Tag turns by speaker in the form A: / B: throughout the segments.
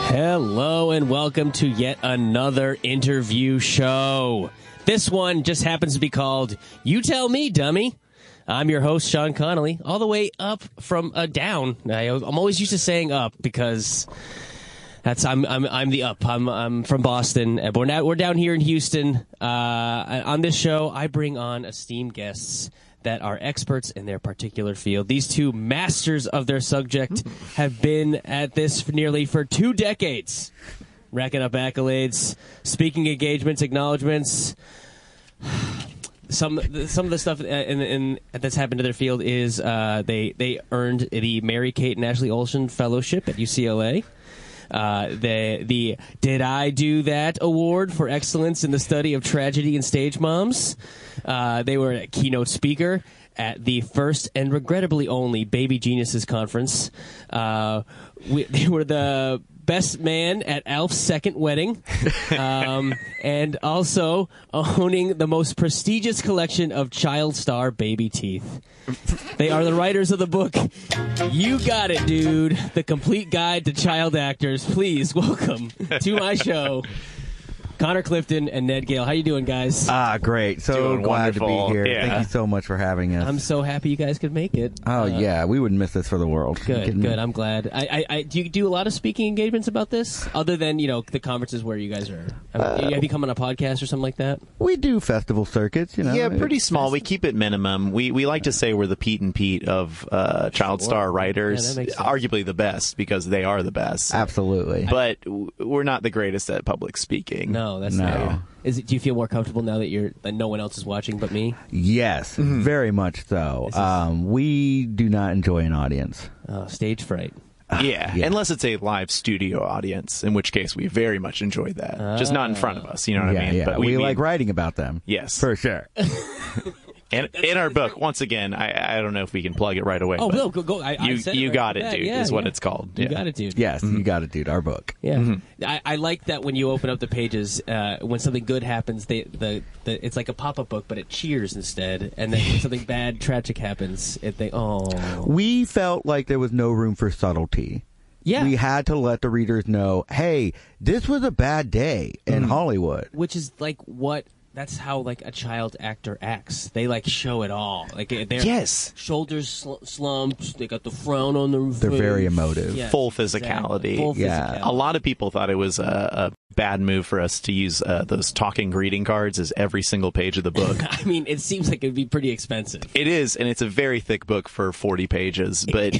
A: Hello and welcome to yet another interview show. This one just happens to be called You Tell Me, Dummy. I'm your host, Sean Connolly, all the way up from uh, down. I, I'm always used to saying up because that's I'm I'm I'm the up. I'm I'm from Boston. and We're now, we're down here in Houston. Uh, on this show, I bring on esteemed guests that are experts in their particular field. These two masters of their subject have been at this for nearly for two decades, racking up accolades, speaking engagements, acknowledgments. Some some of the stuff uh, in, in, that's happened to their field is uh, they they earned the Mary Kate and Ashley Olson Fellowship at UCLA. Uh, the the Did I Do That Award for excellence in the study of tragedy and stage moms. Uh, they were a keynote speaker at the first and regrettably only Baby Geniuses conference. Uh, we, they were the best man at Alf's second wedding, um, and also owning the most prestigious collection of child star baby teeth. They are the writers of the book. You got it, dude. The complete guide to child actors. Please welcome to my show, Connor Clifton and Ned Gale. How you doing, guys?
B: Ah, great. So
C: Doing
B: glad
C: wonderful.
B: to be here.
C: Yeah.
B: Thank you so much for having us.
A: I'm so happy you guys could make it.
B: oh,
A: Uh,
B: yeah. We would miss this for the world. You
A: Good,
B: kidding me?
A: good. I'm glad. I, I, I, do you do a lot of speaking engagements about this, other than you know the conferences where you guys are? Have, have you come on a podcast or something like that?
B: we do festival circuits, you know.
C: Yeah, pretty small. We keep it minimum. We we like to say we're the Pete and Pete of uh, child star
A: Yeah,
C: writers,
A: that makes sense.
C: arguably the best because they are the best.
B: Absolutely.
C: But w- we're not the greatest at public speaking.
A: No, that's
B: No.
A: not. Is it? Do you feel more comfortable now that you're that no one else is watching but me?
B: yes,
C: Mm-hmm.
B: very much so.
A: This is-
B: Um, we do not enjoy an audience.
A: Oh, stage fright.
C: Yeah,
B: Yeah.
C: unless it's a live studio audience, in which case we very much enjoy that. Just not in front of us. You know what
B: yeah,
C: I mean?
B: yeah.
C: But
B: we, like writing about them.
C: Yes.
B: For sure.
C: And in our book, once again, I, I don't know if we can plug it right away.
A: Oh,
C: but
A: no, go- go. I- I
C: you
A: said it
C: you
A: right
C: got
A: off the
C: it,
A: bat.
C: dude.
A: Yeah,
C: is what
A: yeah.
C: it's called.
A: You got it, dude.
B: yes,
C: Mm-hmm.
B: you got it, dude. Our book.
A: Yeah,
B: Mm-hmm.
A: I, I like that when you open up the pages uh, when something good happens, they the, the it's like a pop up book, but it cheers instead, and then when something bad, tragic happens, it they oh
B: We felt like there was no room for subtlety.
A: yeah,
B: We had to let the readers know, hey, this was a bad day
C: Mm-hmm.
B: in Hollywood.
A: which is like what that's how like a child actor acts. They like show it all. Like eh, they're
C: Yes.
A: shoulders sl- slumped. They got the frown on their.
B: They're very emotive.
C: Full physicality.
A: Full
B: Yeah.
A: physicality.
C: A lot of people thought it was a, a bad move for us to use uh, those talking greeting cards as every single page of the book.
A: I mean, it seems like it'd be pretty expensive.
C: it is, and it's a very thick book for 40 pages, but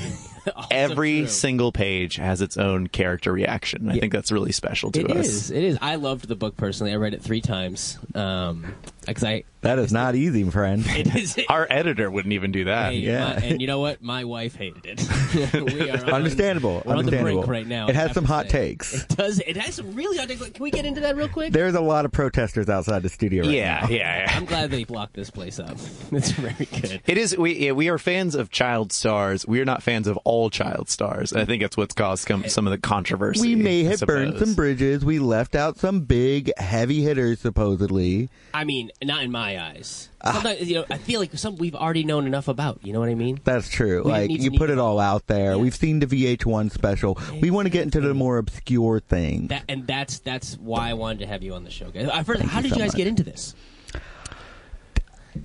A: Also
C: every
A: true.
C: single page has its own character reaction. I think that's really special to
A: It
C: us.
A: is. It is. I loved the book personally. I read it three times. Um, because I
B: That is not easy, friend.
A: it is.
C: Our editor wouldn't even do that.
A: Hey,
B: yeah.
A: my- and you know what? My wife hated it. we are on-
B: Understandable.
A: we're on the brink
B: understandable.
A: right now, I
B: It has
A: have
B: some
A: to
B: hot
A: say.
B: takes.
A: It does. It has some really hot. Can we get into that real quick?
B: There's a lot of protesters outside the studio right
C: Yeah, yeah, yeah.
A: I'm glad they blocked this place up. It's very good.
C: It is. We yeah, we are fans of child stars. We are not fans of all child stars. And I think that's what's caused com- some of the controversy.
B: We may
C: I
B: have burned
C: suppose.
B: some bridges. We left out some big, heavy hitters, supposedly.
A: I mean, not in my eyes.
B: Ah.
A: Sometimes, you know, I feel like some we've already known enough about. You know what I mean?
B: That's true.
A: We
B: like,
A: need to
B: you
A: need-
B: put it all out there. We've seen the VH1 special. We want to get into the more obscure thing.
A: That and that's that's why I wanted to have you on the show, guys. Uh, First, how did you guys get into this?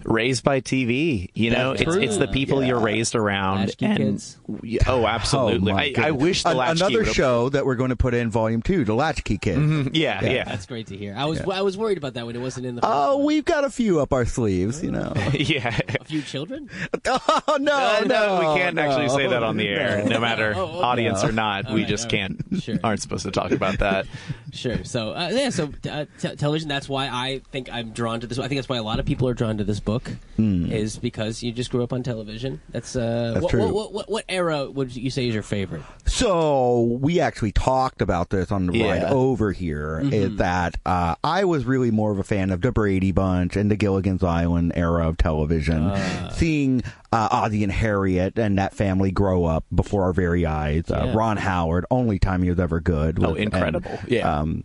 C: raised by TV. You know,
A: That's
C: it's,
A: true.
C: it's the people you're raised around.
A: Latchkey
C: and
A: Kids.
C: Yeah, oh, absolutely.
B: my
C: I, I
B: goodness.
C: wish the
B: An-
C: Latchkey Mm-hmm.
B: Another
C: would've-
B: show that we're going to put in volume two, The Latchkey Kid.
C: Yeah,
B: Yeah.
C: yeah,
A: That's great to hear. I was I was worried about that when it wasn't in the.
B: Oh, we've got a few up our sleeves, you know.
C: yeah.
A: a few children.
B: oh, no,
C: Uh,
B: no,
C: no, we can't actually
B: no.
C: say that on the air, no matter
A: Oh, okay.
C: audience or not. we
A: right,
C: just
A: all right.
C: can't,
A: Sure.
C: aren't supposed to talk about that.
A: Sure. So uh, yeah. So uh, t- television. That's why I think I'm drawn to this. I think that's why a lot of people are drawn to this book is because you just grew up on television. That's uh.
B: Hmm. That's
A: what,
B: true.
A: What, what, what, what era would you say is your favorite?
B: So we actually talked about this on the ride
C: Yeah. Mm-hmm.
B: over here. Is that uh, I was really more of a fan of the Brady Bunch and the Gilligan's Island era of television, seeing uh, Ozzie and Harriet and that family grow up before our very eyes. Uh,
A: Yeah.
B: Ron Howard, only time he was ever good.
C: Oh,
B: was- and,
C: incredible. Yeah.
B: um,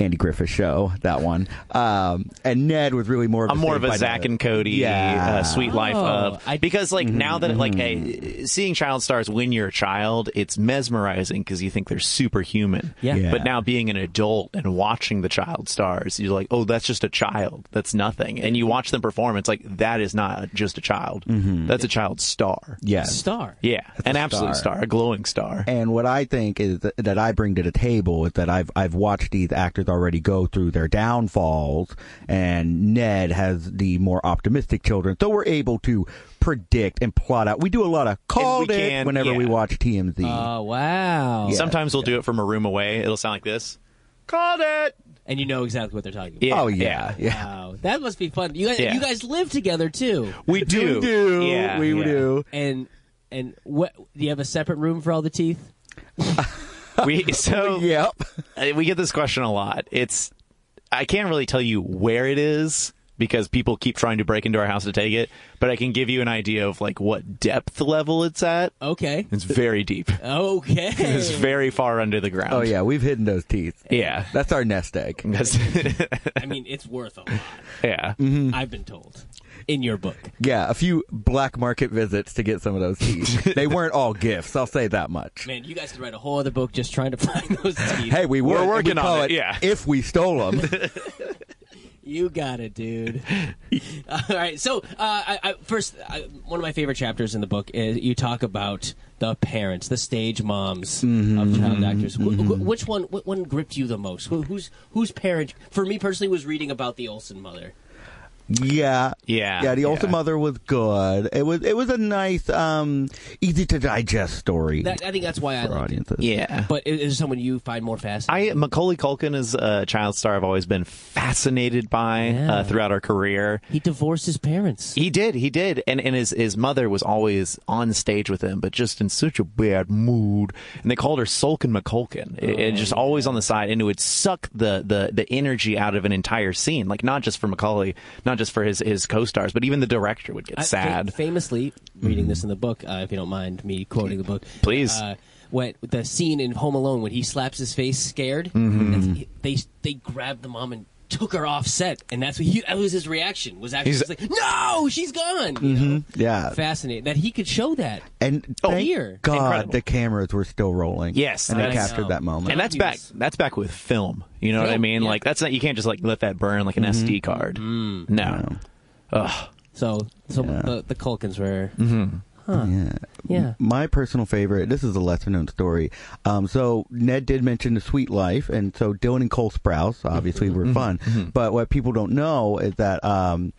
B: Andy Griffith show, that one. Um, and Ned was really more of
C: I'm
B: a
C: more of
B: Saved
C: a
B: by
C: Zach
B: Dead.
C: and Cody,
B: Yeah. Mm-hmm.
C: uh, Sweet Life
A: Oh,
C: of
A: I-
C: because like now that like hey, seeing child stars when you're a child, it's mesmerizing because you think they're superhuman.
A: Yeah. Yeah.
C: But now being an adult and watching the child stars, you're like, oh, that's just a child. That's nothing. And you watch them perform, it's like that is not just a child.
B: Mm-hmm.
C: That's a child star.
B: Yes.
A: Star.
C: Yeah, an absolute star. a glowing star.
B: And what I think is that, that I bring to the table is that I've I've watched these actors already go through their downfalls, and Ned has the more optimistic children, so we're able to predict and plot out. We do a lot of called it
C: can-
B: whenever we
C: yeah. Uh,
B: watch TMZ.
A: Oh wow!
C: Sometimes we'll do it from a room away. It'll sound like this. Called it.
A: And you know exactly what they're talking about.
C: Yeah,
B: oh yeah, yeah.
A: Wow, that must be fun. You guys,
C: Yeah.
A: you guys live together too,
C: We do.
B: We do.
C: Yeah,
B: we
C: yeah.
B: do.
A: and and what? Do you have a separate room for all the teeth?
C: We so
B: Yep.
C: Uh, we get this question a lot. It's I can't really tell you where it is because people keep trying to break into our house to take it, but I can give you an idea of like what depth level it's at.
A: Okay,
C: It's very deep.
A: okay.
C: It's very far under the ground.
B: Oh yeah, we've hidden those teeth.
C: Yeah.
B: That's our nest egg.
C: That's,
A: I mean, it's worth a lot.
C: yeah.
B: Mm-hmm. Hmm.
A: I've been told in your book.
B: Yeah, a few black market visits to get some of those teeth. they weren't all gifts. I'll say that much.
A: Man, you guys could write a whole other book just trying to find those teeth.
B: Hey, we
C: We're
B: would.
C: working
B: We call
C: on it, yeah.
B: if we stole them.
A: You got it, dude. All right. So, uh, I, I, first, I, one of my favorite chapters in the book is you talk about the parents, the stage moms
B: Mm-hmm.
A: of child actors. Wh- wh- which one? Which one gripped you the most? Who, who's whose parent? For me personally, was reading about the Olsen mother.
B: yeah,
C: Yeah,
B: yeah. The
C: yeah.
B: Olsen mother was good. It was it was a nice, um, easy to digest story
A: That, I think that's why I
B: for
A: loved it.
B: audiences.
C: Yeah.
A: But is, is someone you find more fascinating?
C: I Macaulay Culkin is a child star I've always been fascinated by
A: Yeah.
C: uh, throughout our career.
A: he divorced his parents.
C: He did, he did, and and his his mother was always on stage with him, but just in such a bad mood, and they called her Sulkin McCulkin, It-
A: Oh,
C: it just always on the side, and it would suck the the the energy out of an entire scene, like not just for Macaulay, not just for his his co-stars, but even the director would get
A: I- fa-
C: sad. Mm-hmm.
A: famously, reading this in the book, uh, if you don't mind me quoting the book,
C: Please.
A: Uh, when the scene in Home Alone when he slaps his face, scared,
C: Mm-hmm.
A: that's- they they grabbed the mom and took her off set, and that's what he, that was his reaction was actually
C: He's- Mm-hmm.
A: just like, no, she's gone. you know?
B: Yeah.
A: Fascinating that he could show that.
B: And
C: Oh,
B: thank
A: here.
B: God,
C: Incredible.
B: the cameras were still rolling.
C: Yes,
B: and they
C: I
B: captured
A: know.
B: that moment.
C: and that's back.
A: obvious.
C: That's back with film. You know what I
A: Film,
C: mean?
A: yeah. Mm-hmm. Mm.
C: Like that's not. You can't just like let that burn like an SD card. No.
A: So so the, the Culkins were.
B: yeah.
C: Mm-hmm.
A: Yeah.
B: My personal favorite. This is a lesser known story. Um, so Ned did mention the Sweet Life, and so Dylan and Cole Sprouse obviously were fun. But what people don't know is that um,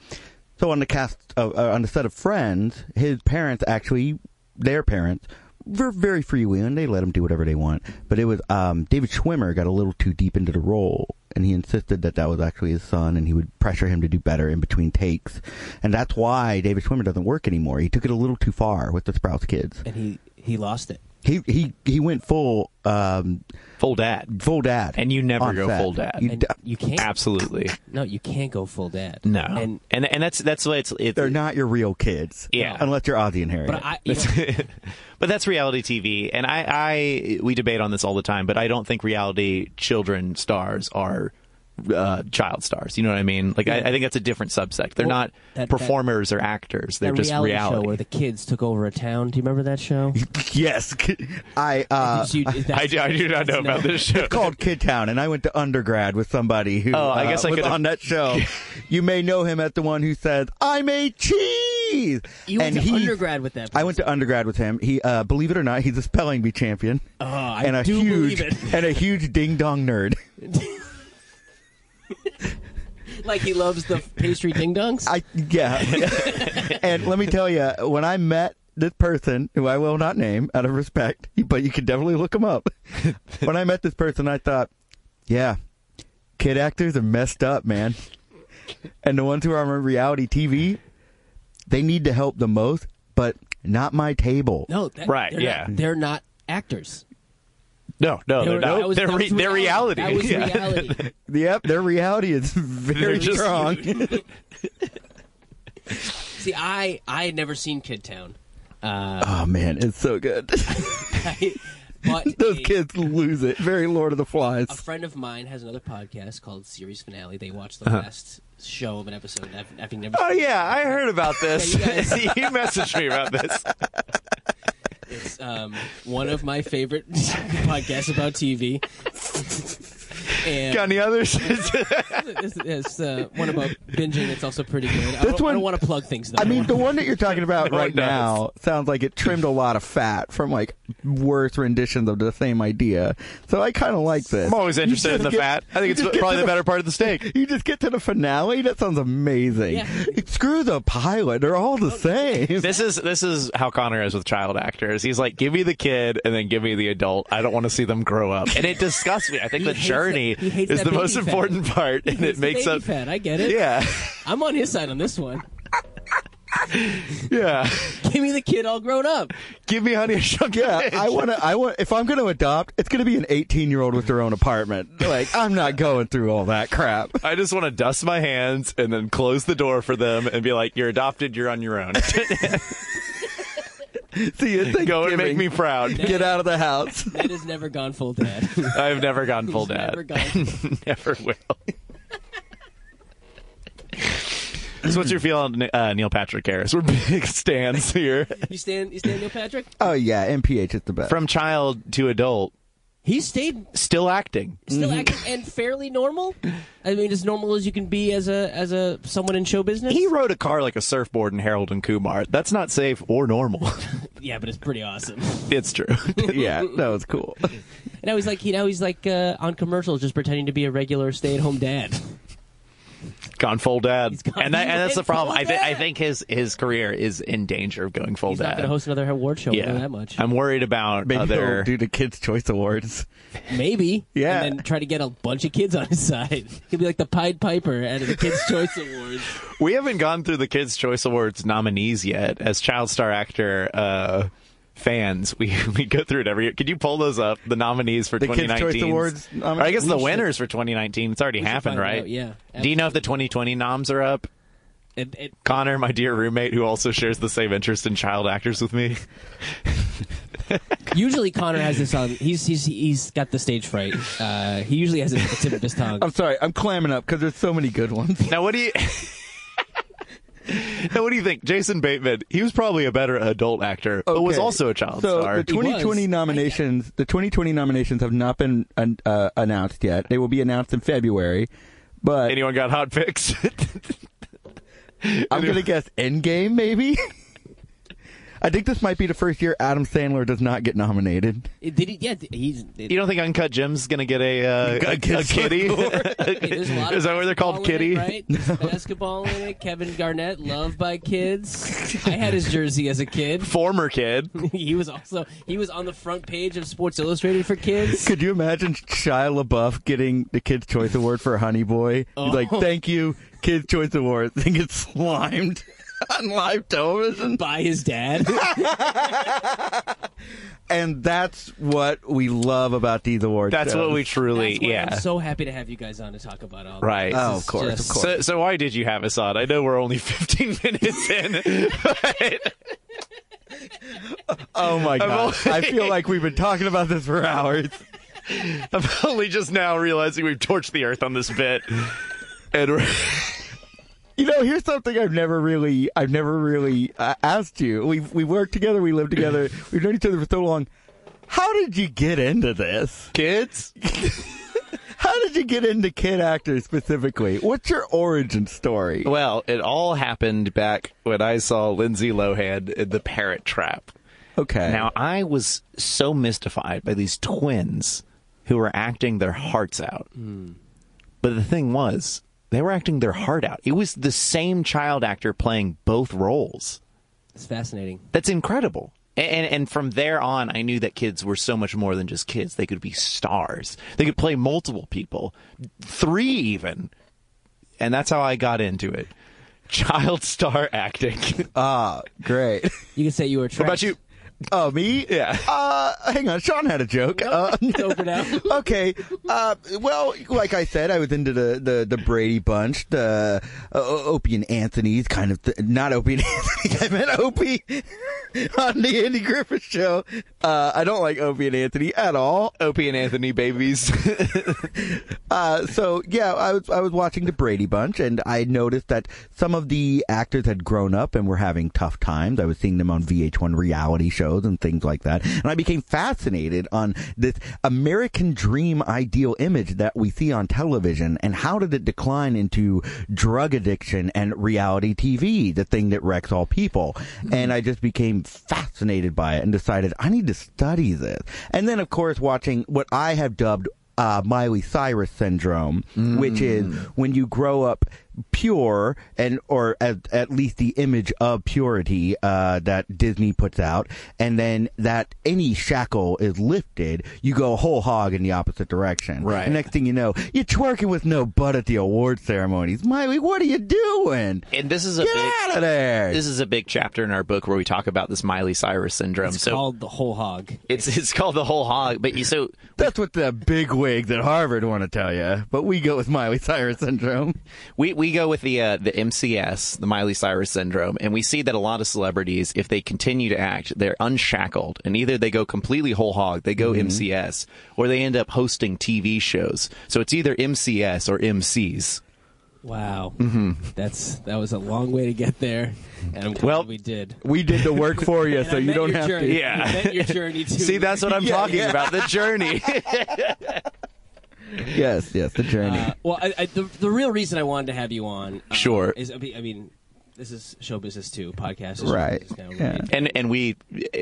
B: so on the cast of, uh, on the set of Friends, his parents actually their parents were very freewheeling. They let him do whatever they want. But it was um, David Schwimmer got a little too deep into the role. And he insisted that that was actually his son, and he would pressure him to do better in between takes, and that's why David Schwimmer doesn't work anymore. He took it a little too far with the Sprouse kids.
A: and he he lost it.
B: He he he went full um
C: Full dad.
B: full dad,
C: And you never
B: on
C: go
B: set.
C: full dad.
B: You
A: And
B: d-
A: you can't.
C: Absolutely.
A: No, you can't go full dad.
C: No.
A: And
C: And and, that's that's why it's it's
B: they're not your real kids,
C: Yeah.
B: Unless you're Ozzy and Harriet.
A: but I. You know,
C: but that's reality TV, and I, I we debate on this all the time. But I don't think reality children stars are uh, child stars. You know what I mean? Like I, I think that's a different subsect. They're
A: Well,
C: not
A: that- that-
C: performers or actors. They're
A: that
C: just
A: reality,
C: reality.
A: show where the kids took over a town. Do you remember that show?
B: yes, I uh
A: So you- that's-
C: I, do, I do not know about this show.
B: called Kid Town, and I went to undergrad with somebody who
C: Oh, I
B: uh,
C: guess I
B: was
C: could've-
B: on that show. you may know him as the one who says, "I made cheese."
A: You went
B: and
A: to
B: he-
A: undergrad with that.
B: I went to undergrad with him. He, uh, believe it or not, he's a spelling bee champion
A: Oh, I
B: and a
A: do
B: huge
A: believe
B: and a huge ding dong nerd.
A: it. Like he loves the pastry ding dongs.
B: I yeah. and let me tell you, when I met this person, who I will not name out of respect, but you can definitely look him up. when I met this person, I thought, yeah, kid actors are messed up, man. And the ones who are on reality TV, they need to help the most, but not my table.
A: No, that,
C: Right,
A: They're
C: yeah.
A: Not, they're not actors.
C: No, no,
A: that
C: they're not.
A: was-
C: they're
A: that
C: re-
A: was
C: they're reality.
A: That was
C: Yeah.
A: reality.
B: Yep, their reality is very
C: They're just-
B: strong.
A: See, I I had never seen Kid Town. Uh,
B: oh man, it's so good.
A: I, But
B: Those
A: a-
B: kids lose it. Very Lord of the Flies.
A: a friend of mine has another podcast called Series Finale. They watch the
B: Uh-huh.
A: last show of an episode. and I've, I've never.
C: Oh
A: seen it.
C: yeah, I heard about this.
A: Yeah, you guys-
C: you messaged me about this.
A: It's um, one of my favorite podcasts about TV. and
C: Got any others?
A: it's, it's uh, one about binging. It's also pretty good. I
B: This
A: don't,
B: one-
A: want to plug things. Though.
B: I mean, the one that you're talking about
C: No one
B: right
C: does.
B: now sounds like it trimmed a lot of fat from like worse renditions of the same idea. So I kind of like this.
C: I'm always
B: You
C: interested in
B: just
C: the
B: get-
C: fat. I
B: you
C: think it's
B: just get
C: probably
B: to
C: the better part of the steak.
B: You just get to the finale. That sounds amazing.
A: Yeah.
B: Screw the pilot. They're all the same.
C: This is this is how Connor is with child actors. He's like, give me the kid and then give me the adult. I don't want to see them grow up, and it disgusts me. I think the
A: hates
C: journey
A: that- he hates
C: is
A: that
C: the
A: baby
C: most
A: fat.
C: important part, and it
A: It's the
C: makes
A: baby
C: up.
A: fat. I get it.
C: Yeah,
A: I'm on his side on this one.
C: yeah.
A: Give me the kid all grown up.
C: Give me Honey I Shrunk the
B: Yeah,
C: Kids.
B: I want to. I want. If I'm going to adopt, it's going to be an 18 year old with their own apartment. Like I'm not going through all that crap.
C: I just want to dust my hands and then close the door for them and be like, "You're adopted. You're on your own.
B: See, it's
C: Go and make
B: Thanksgiving.
C: me proud."
B: get out of the house.
A: That has never gone full dad.
C: I've never gone full
A: He's
C: dad.
A: never gone.
C: Never will. so, what's your feel on uh, Neil Patrick Harris? We're big stands here.
A: You stand. You stand, Neil Patrick.
B: Oh yeah, MPH is the best.
C: From child to adult,
A: He stayed
C: still acting.
A: still acting and fairly normal. I mean, as normal as you can be as a as a someone in show business.
C: He rode a car like a surfboard in Harold and Kumar. That's not safe or normal.
A: yeah, but it's pretty awesome.
C: it's true.
B: yeah, no, it's cool.
A: And now he's like, you know, he's like uh, on commercials, just pretending to be a regular stay at home dad.
C: gone full dad,
A: gone-
C: and, that,
A: he
C: and that's the
A: went
C: problem.
A: full
C: I, th- I
A: dad.
C: think his his career is in danger of going full
A: He's not
C: dad.
A: going to host another award show. I know
C: yeah,
A: that much.
C: I'm worried about
B: Maybe
C: other.
B: they'll do the Kids Choice Awards.
A: Maybe.
B: Yeah.
A: And then try to get a bunch of kids on his side. He'll be like the Pied Piper at the Kids' Choice Awards.
C: We haven't gone through the Kids Choice Awards nominees yet as child star actor uh, fans. We we go through it every year. Could you pull those up? The nominees for
B: The Kids' Choice
C: 2019.
B: Awards
C: Or I guess
B: nominees?
C: the
B: We should-
C: winners for 2019. It's already
A: should
C: happened,
A: find
C: right?
A: out, yeah.
C: Do you know if the 2020 noms are up?
A: And, and
C: Connor, my dear roommate, who also shares the same interest in child actors with me.
A: usually Connor has this on. He's he's he's got the stage fright. Uh, he usually has it at the tip of his tongue.
C: Um,
B: I'm sorry, I'm clamming up because there's so many good ones.
C: Now, what do you? now, what do you think, Jason Bateman? He was probably a better adult actor, but was
B: Okay.
C: also a child
B: so
C: star.
B: the 2020
A: He was.
B: nominations, the 2020 nominations have not been uh, announced yet. They will be announced in February, but
C: Anyone got hot picks?
B: I'm gonna guess Endgame maybe. I think this might be the first year Adam Sandler does not get nominated.
A: Did he? Yeah, he's.
C: You don't think Uncut Jim's gonna get a uh, a, a kitty?
A: there's a lot of
C: Is that where they're
A: basketball
C: called,
A: in
C: kitty?
A: it, right? There's Basketball in it. Kevin Garnett, loved by kids. I had his jersey as a kid.
C: Former kid.
A: he was also he was on the front page of Sports Illustrated for kids.
B: Could you imagine Shia LaBeouf getting the Kids Choice Award for Honey Boy? He's like, "Thank you, Kids Choice Award." Then gets slimed on live television.
A: By his dad,
B: And that's what we love about these awards.
C: That's what we truly,
A: That's why
C: yeah,
A: I'm so happy to have you guys on to talk about all.
C: right.
B: Oh, of course,
A: just-
B: of course.
C: So, so why did you have us on? I know we're only 15 minutes in. but-
B: oh my god,
C: only-
B: I feel like we've been talking about this for hours.
C: I'm only just now realizing we've torched the earth on this bit. And we're-
B: You know, here's something I've never really, I've never really uh, asked you. We we worked together, we lived together, we've known each other for so long. How did you get into this?
C: kids,
B: How did you get into kid actors specifically? What's your origin story?
C: well, it all happened back when I saw Lindsay Lohan in The Parrot Trap.
B: Okay,
C: Now, I was so mystified by these twins who were acting their hearts out. But the thing was, they were acting their heart out. It was the same child actor playing both roles.
A: It's fascinating.
C: That's incredible. A- And, and from there on, I knew that kids were so much more than just kids. They could be stars. They could play multiple people, three even. And that's how I got into it. Child star acting.
B: ah, great.
A: You can say you were.
C: What about you?
B: Oh, me?
C: Yeah.
B: Uh, hang on. Sean had a joke. Uh,
A: Open up.
B: okay. Uh, well, like I said, I was into the, the, the Brady Bunch, the uh, Opie and Anthony's kind of, th- not Opie and Anthony, I meant Opie on the Andy Griffith Show. Uh, I don't like Opie and Anthony at all.
C: Opie and Anthony babies.
B: Uh, so yeah, I was I was watching the Brady Bunch, and I noticed that some of the actors had grown up and were having tough times. I was seeing them on VH1 reality shows and things like that, and I became fascinated on this American dream ideal image that we see on television, and how did it decline into drug addiction and reality TV, the thing that wrecks all people. And I just became fascinated by it and decided I need to study this. And then, of course, watching what I have dubbed uh, Miley Cyrus syndrome, which is when you grow up pure and or at, at least the image of purity uh, that Disney puts out, and then that any shackle is lifted, you go whole hog in the opposite direction.
C: Right.
B: And next thing you know, you're twerking with no butt at the award ceremonies. Miley, what are you doing?
C: and this is a
B: Get
C: big,
B: out of there!
C: this is a big chapter in our book where we talk about this Miley Cyrus syndrome.
A: It's
C: so
A: called the whole hog.
C: it's it's called the whole hog. But you so
B: That's what the big wigs at Harvard want to tell you, but we go with Miley Cyrus syndrome.
C: We we go with the uh, the MCS, the Miley Cyrus syndrome, and we see that a lot of celebrities, if they continue to act, they're unshackled, and either they go completely whole hog, they go MCS, or they end up hosting TV shows. So it's either MCS or MCs.
A: Wow.
C: Mm-hmm.
A: That's that was a long way to get there, and I'm glad
B: Well,
A: we did.
B: We did the work for you,
A: And I met your journey.
C: Yeah.
A: I met your journey too.
C: See, that's what I'm talking
B: yeah.
C: about. The journey.
B: Yes, yes, the journey.
A: Uh, well, I, I, the the real reason I wanted to have you on, uh,
C: Sure.
A: is I mean- I mean, this is show business too. Podcast, is
B: Right.
A: Show business now,
B: Yeah.
A: right?
C: and and we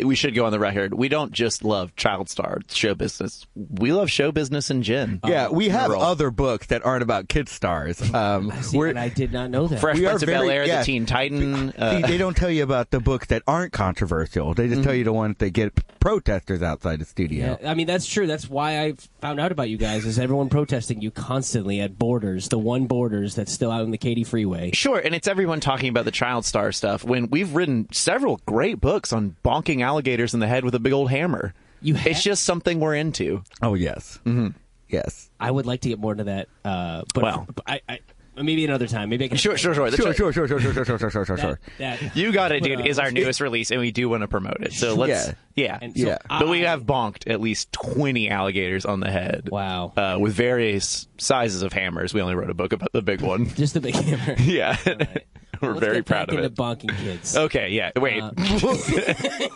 C: we should go on the record. We don't just love child star show business. We love show business Um, and gin.
B: yeah, we have
C: Neural.
B: other books that aren't about kid stars. Um,
A: See,
B: we're-
A: and I did not know that.
C: Fresh
B: We are
C: Prince of
B: very-
C: Bel Air,
B: yeah.
C: The Teen Titan. uh,
B: see, they don't tell you about the books that aren't controversial. They just tell you the ones that get protesters outside the studio.
A: Yeah, I mean that's true. That's why I found out about you guys. Is everyone protesting you constantly at Borders, the one Borders that's still out on the Katy Freeway?
C: Sure, and it's everyone talking about the child star stuff when we've written several great books on bonking alligators in the head with a big old hammer.
A: You ha-
C: it's just something we're into.
B: Oh yes, mm-hmm. yes,
A: I would like to get more into that. Uh, but
C: Well.
A: but I, I maybe another time. Maybe I can
C: Sure, sure, sure.
B: sure, sure, sure, sure, sure, sure, sure, sure, sure,
A: That,
B: sure.
A: that-
C: You got it, dude.
A: But, uh,
C: Is our newest release, and we do want to promote it. So let's,
B: Yeah.
C: yeah,
A: And so
B: Yeah.
C: But we
A: I-
C: have bonked at least twenty alligators on the head.
A: Wow.
C: uh, with various sizes of hammers. We only wrote a book about the big one.
A: just the big hammer.
C: yeah, we're
A: Let's
C: very
A: get
C: proud
A: back into
C: of
A: Uh,
C: it. Oh.
A: bonking kids.
C: okay, yeah. Wait,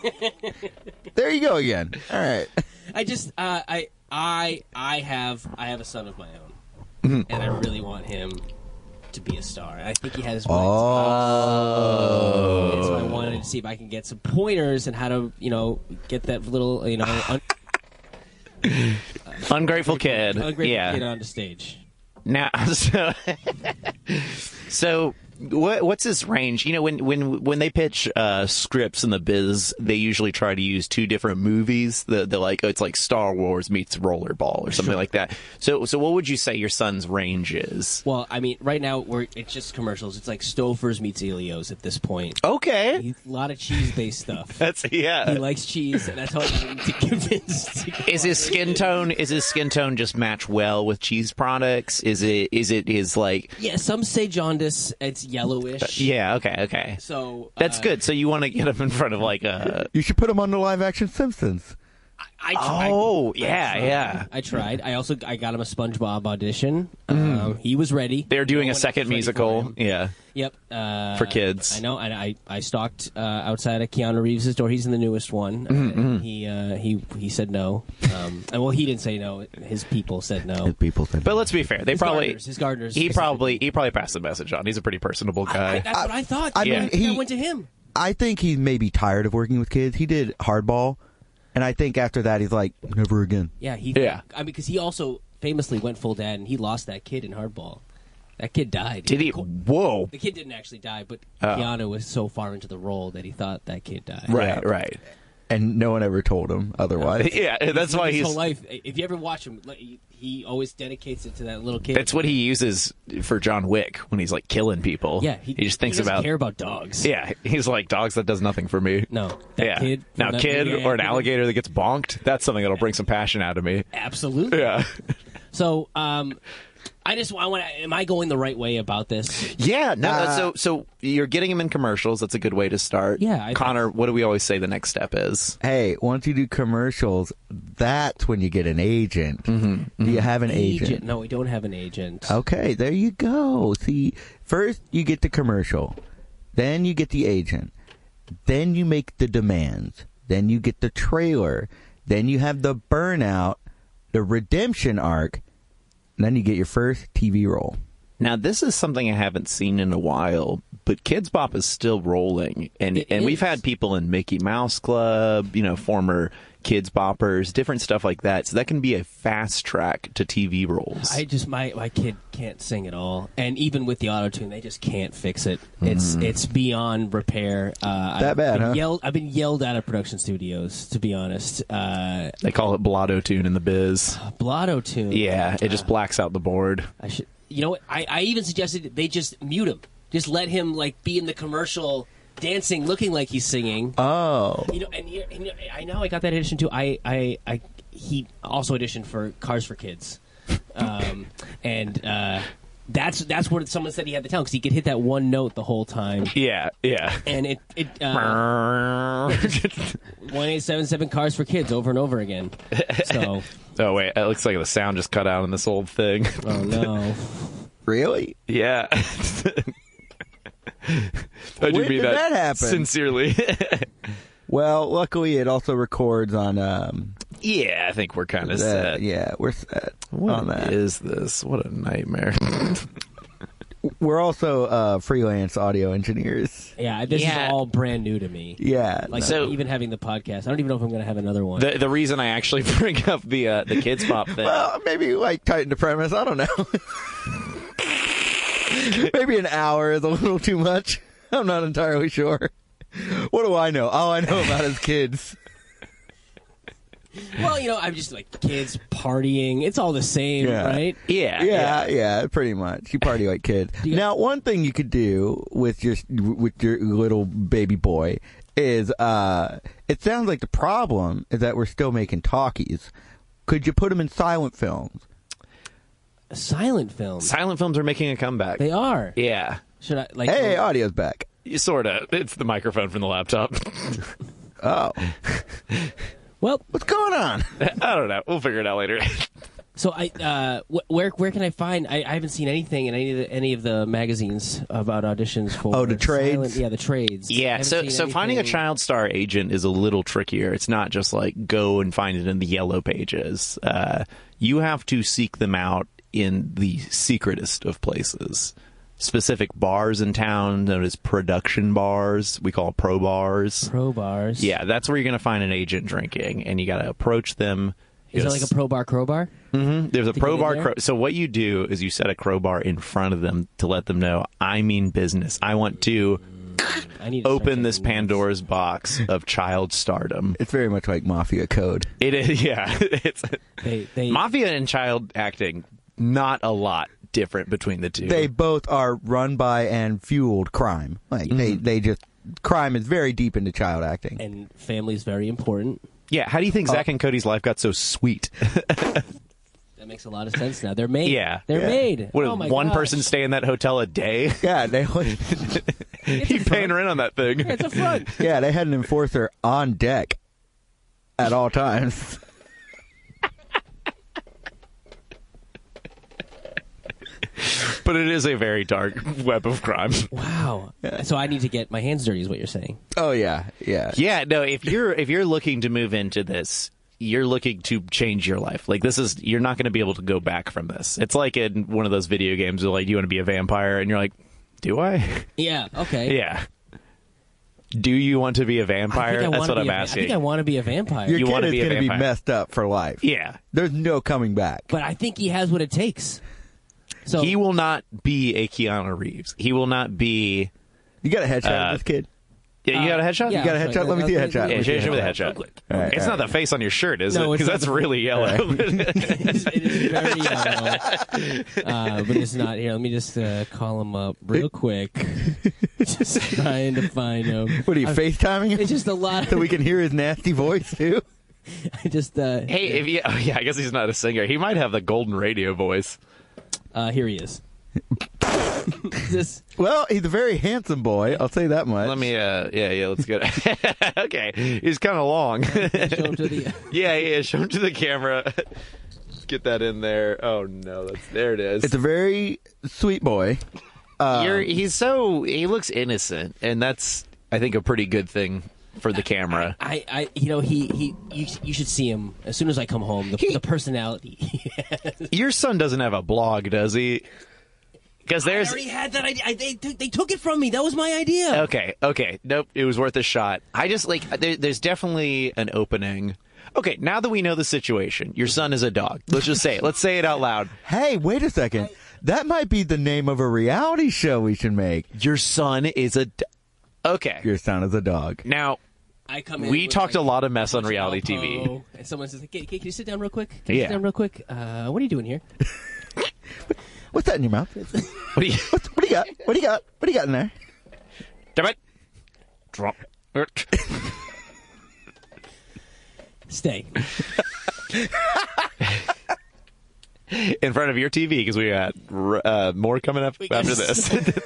B: There you go again. All right.
A: I just uh, I I I have I have a son of my own,
C: Mm-hmm.
A: and I really want him to be a star. I think he has. Oh.
C: Oh.
A: So I wanted to see if I can get some pointers and how to you know get that little you know un-
C: ungrateful kid.
A: ungrateful
C: yeah,
A: kid uh, onto stage.
C: Now, so, so what, what's this range? You know, when when when they pitch uh, scripts in the biz, they usually try to use two different movies. The the like oh, it's like Star Wars meets Rollerball or something like that. So so what would you say your son's range is?
A: Well, I mean, right now we're it's just commercials. It's like Stouffer's meets Elio's at this point.
C: Okay,
A: He- A lot of cheese based stuff.
C: that's
A: He
C: yeah.
A: likes cheese, and that's all I need to convince. To
C: Is his skin tone? Is his skin tone just match well with cheese products? Is it? Is it his like?
A: Yeah, some say jaundice. It's yellowish.
C: Yeah. Okay. Okay.
A: So
C: That's
A: uh,
C: good. So you want to get him in front of like a
B: You should put them on the live action Simpsons.
A: I,
C: Oh, yeah, yeah.
A: I tried. I also I got him a SpongeBob audition. Um, he was ready.
C: Mm. They're doing
A: No
C: a
A: one
C: second
A: was ready for
C: musical.
A: him.
C: Yeah.
A: Yep. Uh,
C: For kids.
A: I know. And I I stalked uh, outside of Keanu Reeves' door. He's in the newest
C: Mm-hmm,
A: one. Uh, He uh, he he said no. Um, and well, he didn't say no. His people said no.
B: People think.
C: But let's be fair. They
A: His
C: probably
A: gardeners, his gardeners
C: He
A: specifically.
C: probably he probably passed the message on. He's a pretty personable guy.
A: I, that's what I thought.
B: I
A: I,
C: mean,
A: think
B: he-
A: I went to him.
B: I think he's maybe tired of working with kids. He did Hardball, and I think after that he's like, never again.
A: Yeah. He.
C: Yeah.
A: I mean, because he also famously went full dad, and he lost that kid in hardball. That kid died.
C: Did he? Oh. Whoa!
A: The kid didn't actually die, but Keanu was so far into the role that he thought that kid died.
C: Right, right.
B: and no one ever told him otherwise.
C: Yeah, that's why
A: his
C: he's.
A: whole life. If you ever watch him, like, he- he always dedicates it to that little kid.
C: That's what he uses for John Wick when he's like killing people.
A: yeah.
C: he, just thinks
A: doesn't
C: about.
A: care about dogs.
C: Yeah, he's like dogs. That does nothing for me.
A: No, that
C: yeah.
A: kid. from
C: now,
A: that
C: kid
A: movie,
C: or an
A: yeah,
C: alligator that gets bonked. That's something that'll bring some passion out of me.
A: Absolutely.
C: Yeah.
A: So, um, I just I want. Am I going the right way about this?
C: Yeah, no. so, so you're getting him in commercials. That's a good way to start.
A: Yeah, I-
C: Connor, what do we always say the next step is?
B: Hey, once you do commercials, that's when you get an agent.
C: Mm-hmm,
B: Do you have an agent?
A: No, we don't have an agent.
C: Oh.
B: Okay, there you go. See, first you get the commercial, then you get the agent, then you make the demands, then you get the trailer, then you have the burnout, the redemption arc, and then you get your first TV role.
C: Now, this is something I haven't seen in a while, but Kids Bop is still rolling, and
A: It
C: and
A: is.
C: we've had people in Mickey Mouse Club, you know, former Kids Boppers, different stuff like that. So that can be a fast track to TV roles.
A: I just my my kid can't sing at all, and even with the auto tune, they just can't fix it. It's
C: Mm-hmm.
A: it's beyond repair. Uh,
B: That
A: I've
B: bad,
A: been
B: huh?
A: Yelled, I've been yelled at at production studios, to be honest. Uh,
C: they call it blotto tune in the biz.
A: Oh, blotto tune.
C: Yeah, it just blacks out the board.
A: I should. You know, what? I I even suggested that they just mute him, just let him like be in the commercial, dancing, looking like he's singing.
B: Oh,
A: you know, and, you and you I know I got that edition too. I, I, I he also auditioned for Cars for Kids, um, and uh, that's that's where someone said he had the talent because he could hit that one note the whole time.
C: Yeah, yeah.
A: And it it uh, one eight seven seven Cars for Kids over and over again. So
C: oh wait, it looks like the sound just cut out in this old thing.
A: oh no,
B: really?
C: Yeah. I do
B: When
C: mean
B: did that happen?
C: Sincerely.
B: Well, luckily it also records on. Um,
C: yeah, I think we're kind of
B: that.
C: set.
B: Yeah, we're set
C: What
B: on that.
C: is this? What a nightmare.
B: We're also uh, freelance audio engineers.
A: yeah, this
C: Yeah.
A: is all brand new to me.
B: Yeah,
A: Like
C: So-
A: even having the podcast, I don't even know if I'm going to have another one.
C: the the reason I actually bring up the uh, the kids pop thing.
B: Well, maybe like tighten the premise. I don't know. maybe an hour is a little too much. I'm not entirely sure. What do I know? All I know about is kids.
A: well, you know, I'm just like kids partying. It's all the same,
B: Yeah.
A: right?
C: yeah,
B: Yeah, yeah, pretty much. You party like kids. Now, one thing you could do with your with your little baby boy is uh it sounds like the problem is that we're still making talkies. Could you put him in silent films?
A: Silent films.
C: Silent films are making a comeback.
A: they are.
C: Yeah.
A: Should I like?
B: Hey, audio's back.
C: You sorta. It's the microphone from the laptop.
B: Oh,
A: Well,
B: what's going on?
C: I don't know. We'll figure it out later.
A: so I uh, wh- where where can I find? I, I haven't seen anything in any of the, any of the magazines about auditions for.
B: Oh, the trades?
A: silent- yeah, the trades. I
C: Yeah,
A: haven't
C: so
A: seen
C: so finding a
A: anything.
C: child star agent is a little trickier. It's not just like go and find it in the yellow pages. Uh, you have to seek them out in the secretest of places. Specific bars in town known as production bars. We call pro bars.
A: pro bars.
C: Yeah, that's where you're going to find an agent drinking, and you got to approach them.
A: Is it
C: Yes.
A: like a pro bar crowbar?
C: There's a
A: get in
C: crowbar.
A: there?
C: Cro- so what you do is you set a crowbar in front of them to let them know I mean business. I want to
A: I need to start
C: open this
A: taking notes.
C: Pandora's box of child stardom.
B: It's very much like Mafia Code.
C: It is, yeah. It's
A: They, they,
C: mafia and child acting. Not a lot different between the two.
B: They both are run by and fueled crime. Like they,
C: Mm-hmm.
B: they just crime is very deep into child acting.
A: and family's very important.
C: yeah. How do you think Zach and Cody's life got so sweet?
A: That makes a lot of sense now. They're made.
C: Yeah.
A: they're
C: Yeah.
A: made.
C: What
A: oh
C: did
A: my
C: one
A: gosh.
C: person stay in that hotel a day?
B: yeah, they
C: he paying rent on that thing.
A: It's a front.
B: yeah they had an enforcer on deck at all times.
C: but it is a very dark web of crime.
A: wow. So I need to get my hands dirty, is what you're saying.
B: Oh yeah, yeah.
C: Yeah, no, if you're if you're looking to move into this, you're looking to change your life. Like this is you're not going to be able to go back from this. It's like in one of those video games where like you want to be a vampire and you're like, "Do I?"
A: Yeah. Okay.
C: yeah. Do you want to be a
A: I
C: vampire?
A: think I
C: That's
A: wanna
C: what
A: be
C: I'm
A: a va- I
C: asking.
A: think I want to be a vampire.
B: Your
C: You
B: kid
C: wanna
B: is
C: be a
B: gonna be
C: vampire.
B: messed up for life.
C: yeah.
B: There's no coming back.
A: but I think he has what it takes. So
C: He will not be a Keanu Reeves. He will not be
B: You got a headshot
C: Uh,
B: of this kid.
C: Yeah, you got a headshot.
A: Uh, yeah.
B: You got a headshot? Let me see a headshot.
C: Yeah,
B: Let me see
C: show,
B: a
C: show me the
B: headshot.
C: headshot.
B: right,
C: it's
B: all
C: not the face on your shirt, is
A: No,
C: it?
A: it's
C: Because
A: not
C: that's
A: the-
C: really yellow.
A: it is very yellow. Uh, but it's not here. Let me just uh, call him up real quick. just trying to find him.
B: What are you FaceTiming? him?
A: It's just a lot.
B: so we can hear his nasty voice too.
A: just uh,
C: hey, if you, oh, yeah, I guess he's not a singer. He might have the golden radio voice.
A: uh, here he is. this
B: Well, he's a very handsome boy. I'll say that much.
C: Let me. Uh, yeah, yeah. Let's go. okay, he's kind of long.
A: show him to the.
C: yeah, yeah. Show him to the camera. Get that in there. Oh no, that's there. It is. Um,
B: It's a very sweet boy.
C: You're, he's so he looks innocent, and that's I think a pretty good thing for the camera.
A: I, I, you know, he, he, you, you should see him as soon as I come home. The, the personality.
C: Your son doesn't have a blog, does he? Because
A: I
C: there's
A: already had that idea. I, they, took- they took it from me. That was my idea.
C: okay, okay, nope, it was worth a shot. I just like there, there's definitely an opening. Okay, now that we know the situation, your son is a dog. Let's just say it. Let's say it out loud.
B: Hey, wait a second. That might be the name of a reality show we should make.
C: Your son is a. Do- okay.
B: Your son is a dog.
C: Now
A: I come in.
C: we
A: with,
C: talked
A: like,
C: a lot of mess on reality
A: Alpo,
C: TV.
A: And someone says, "Hey, "Can you sit down real quick? Can you
C: Yeah.
A: sit down real quick? Uh, what are you doing here?"
B: What's that in your mouth?
C: What do you?
B: What's, what do you got? What do you got? What do you got in there?
C: Damn it! Drop. it.
A: Stay.
C: in front of your TV because we got uh, more coming up
A: got-
C: after this.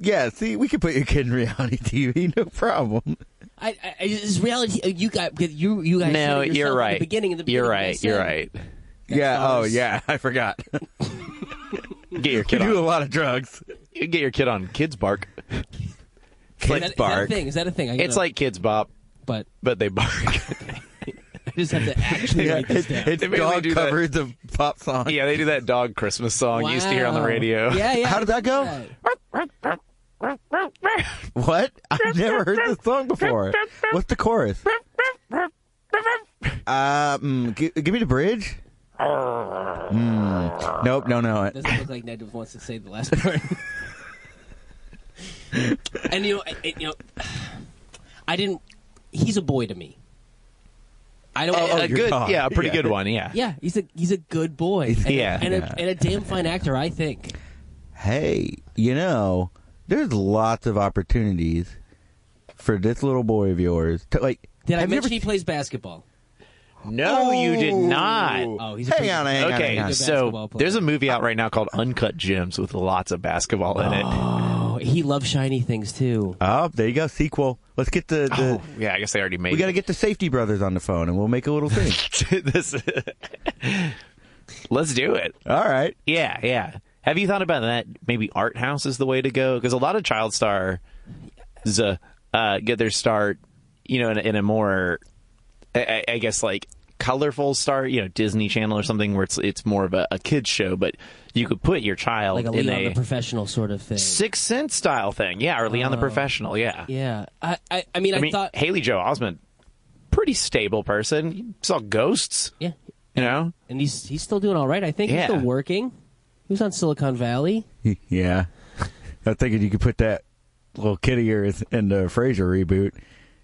B: Yeah, see, we could put your kid in reality TV, no problem.
A: I, I, I this is reality. uh, You got you you guys. said it yourself at The beginning in the beginning
C: you're
A: I
C: right.
A: said,
C: You're right.
B: yeah, oh
A: ours.
B: yeah, I forgot.
C: Get your
B: we
C: kid
B: do
C: on.
B: a lot of drugs.
C: Get your kid on Kids Bark.
A: Is that, is that a thing? Is that a thing? I
C: It's
A: gotta-
C: like Kids Bop,
A: but
C: but they bark.
A: I just have to actually
B: Yeah,
A: write this
B: it's
A: down.
B: it's
C: They mainly
B: dog
C: do that.
B: covers of pop songs.
C: yeah, they do that dog Christmas song you used to hear on the
A: Wow.
C: radio.
A: Yeah, yeah.
B: How did that go? What? I've never heard this song before. What's the chorus? Um, g- give me the bridge. Mm. Nope, no, no.
A: Doesn't look like Ned wants to say the last part. and you know, I, I- you know, I didn't. He's a boy to me. I don't.
B: Oh,
C: a
B: your
C: good,
B: dog.
C: yeah, a pretty
B: Yeah.
C: good one. Yeah.
A: yeah, he's a he's a good boy. And,
C: Yeah.
A: and,
B: Yeah.
A: A, and a damn fine actor, I think.
B: Hey, you know, there's lots of opportunities for this little boy of yours to like.
A: Did I
B: have you
A: mention
B: ever-
A: he plays basketball?
C: No, you did not.
A: Oh, he's a
B: Hang
A: pretty-
B: on, hang on, hang on.
C: Okay,
A: He's a
C: so
A: basketball player.
C: there's a movie out right now called Uncut Gems with lots of basketball in it.
A: Oh, he loves shiny things too.
B: Oh, there you go. Sequel. Let's get the. the
C: Oh, yeah, I guess they already made.
B: We got to
C: it.
B: get the Safety Brothers on the phone, and we'll make a little thing.
C: this. Let's do it.
B: All right.
C: Yeah, yeah. Have you thought about that? Maybe art house is the way to go because a lot of child stars uh, get their start, you know, in a, in a more, I, I I guess, like colorful start, you know, Disney Channel or something where it's it's more of a, a kids show, but you could put your child
A: Like a
C: in
A: Leon
C: a
A: the professional sort of thing.
C: Sixth Sense style thing, yeah, or
A: Oh.
C: Leon the Professional, yeah.
A: Yeah, I, I, I mean, I,
C: I mean,
A: thought.
C: Haley Joe Osment, pretty stable person. He saw ghosts,
A: Yeah,
C: you know.
A: and he's he's still doing all right. I think he's
C: Yeah.
A: still working. He was on Silicon Valley.
B: Yeah. I'm thinking you could put that little kid of yours in the Frasier reboot.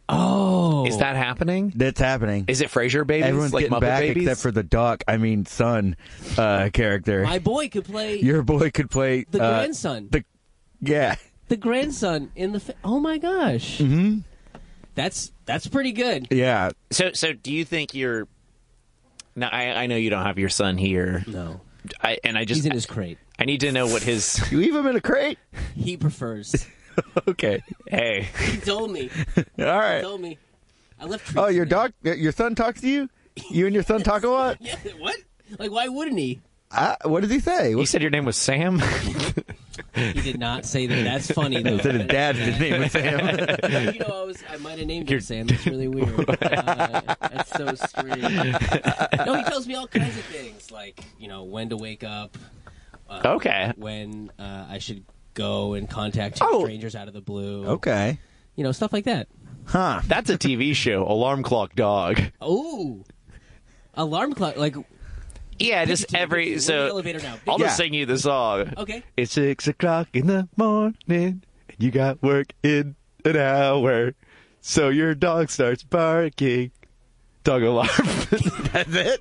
A: Oh,
C: Is that happening?
B: That's happening.
C: Is it Frasier babies?
B: Everyone's
C: like
B: getting
C: Muppet
B: back
C: babies?
B: except for the doc. I mean, son uh, character.
A: my boy could play
B: Your boy could play
A: The
B: uh,
A: grandson.
B: The yeah.
A: the grandson in the. Fa- oh my gosh. Mm-hmm. That's that's pretty good.
B: Yeah.
C: So, so do you think you're? Now, I, I know you don't have your son here.
A: No,
C: I, and I just
A: he's in his crate.
C: I need to know what his.
B: You leave him in a crate?
A: He prefers.
B: Okay.
C: hey,
A: he told me.
B: All right.
A: Told me. I left.
B: Oh,
A: treats
B: your
A: in
B: dog your son talks to you? You and your son talk a lot?
A: there. Yeah, what? Like, why wouldn't he?
B: Uh, what does he say?
C: you
B: What's
C: said your name was Sam.
A: He did not say that. That's funny though.
B: his dad's name was Sam?
A: you know, I was I might have named him Sam. That's really weird. Uh, that's so strange. No, he tells me all kinds of things, like you know when to wake up,
B: Uh-huh.
C: okay.
A: when uh, I should go and contact two
C: Oh.
A: strangers out of the blue.
B: okay.
A: You know stuff like that.
B: Huh.
C: That's a TV show, Alarm Clock Dog.
A: Oh, alarm clock! Like
C: Yeah, just
A: Pikachu, Pikachu, we're Oh,
C: every
A: in
C: so.
A: the elevator now.
C: I'll
B: Yeah.
C: just sing you the song.
A: okay,
C: It's six o'clock in the morning. You got work in an hour, so your dog starts barking. Dog alarm.
B: That's it.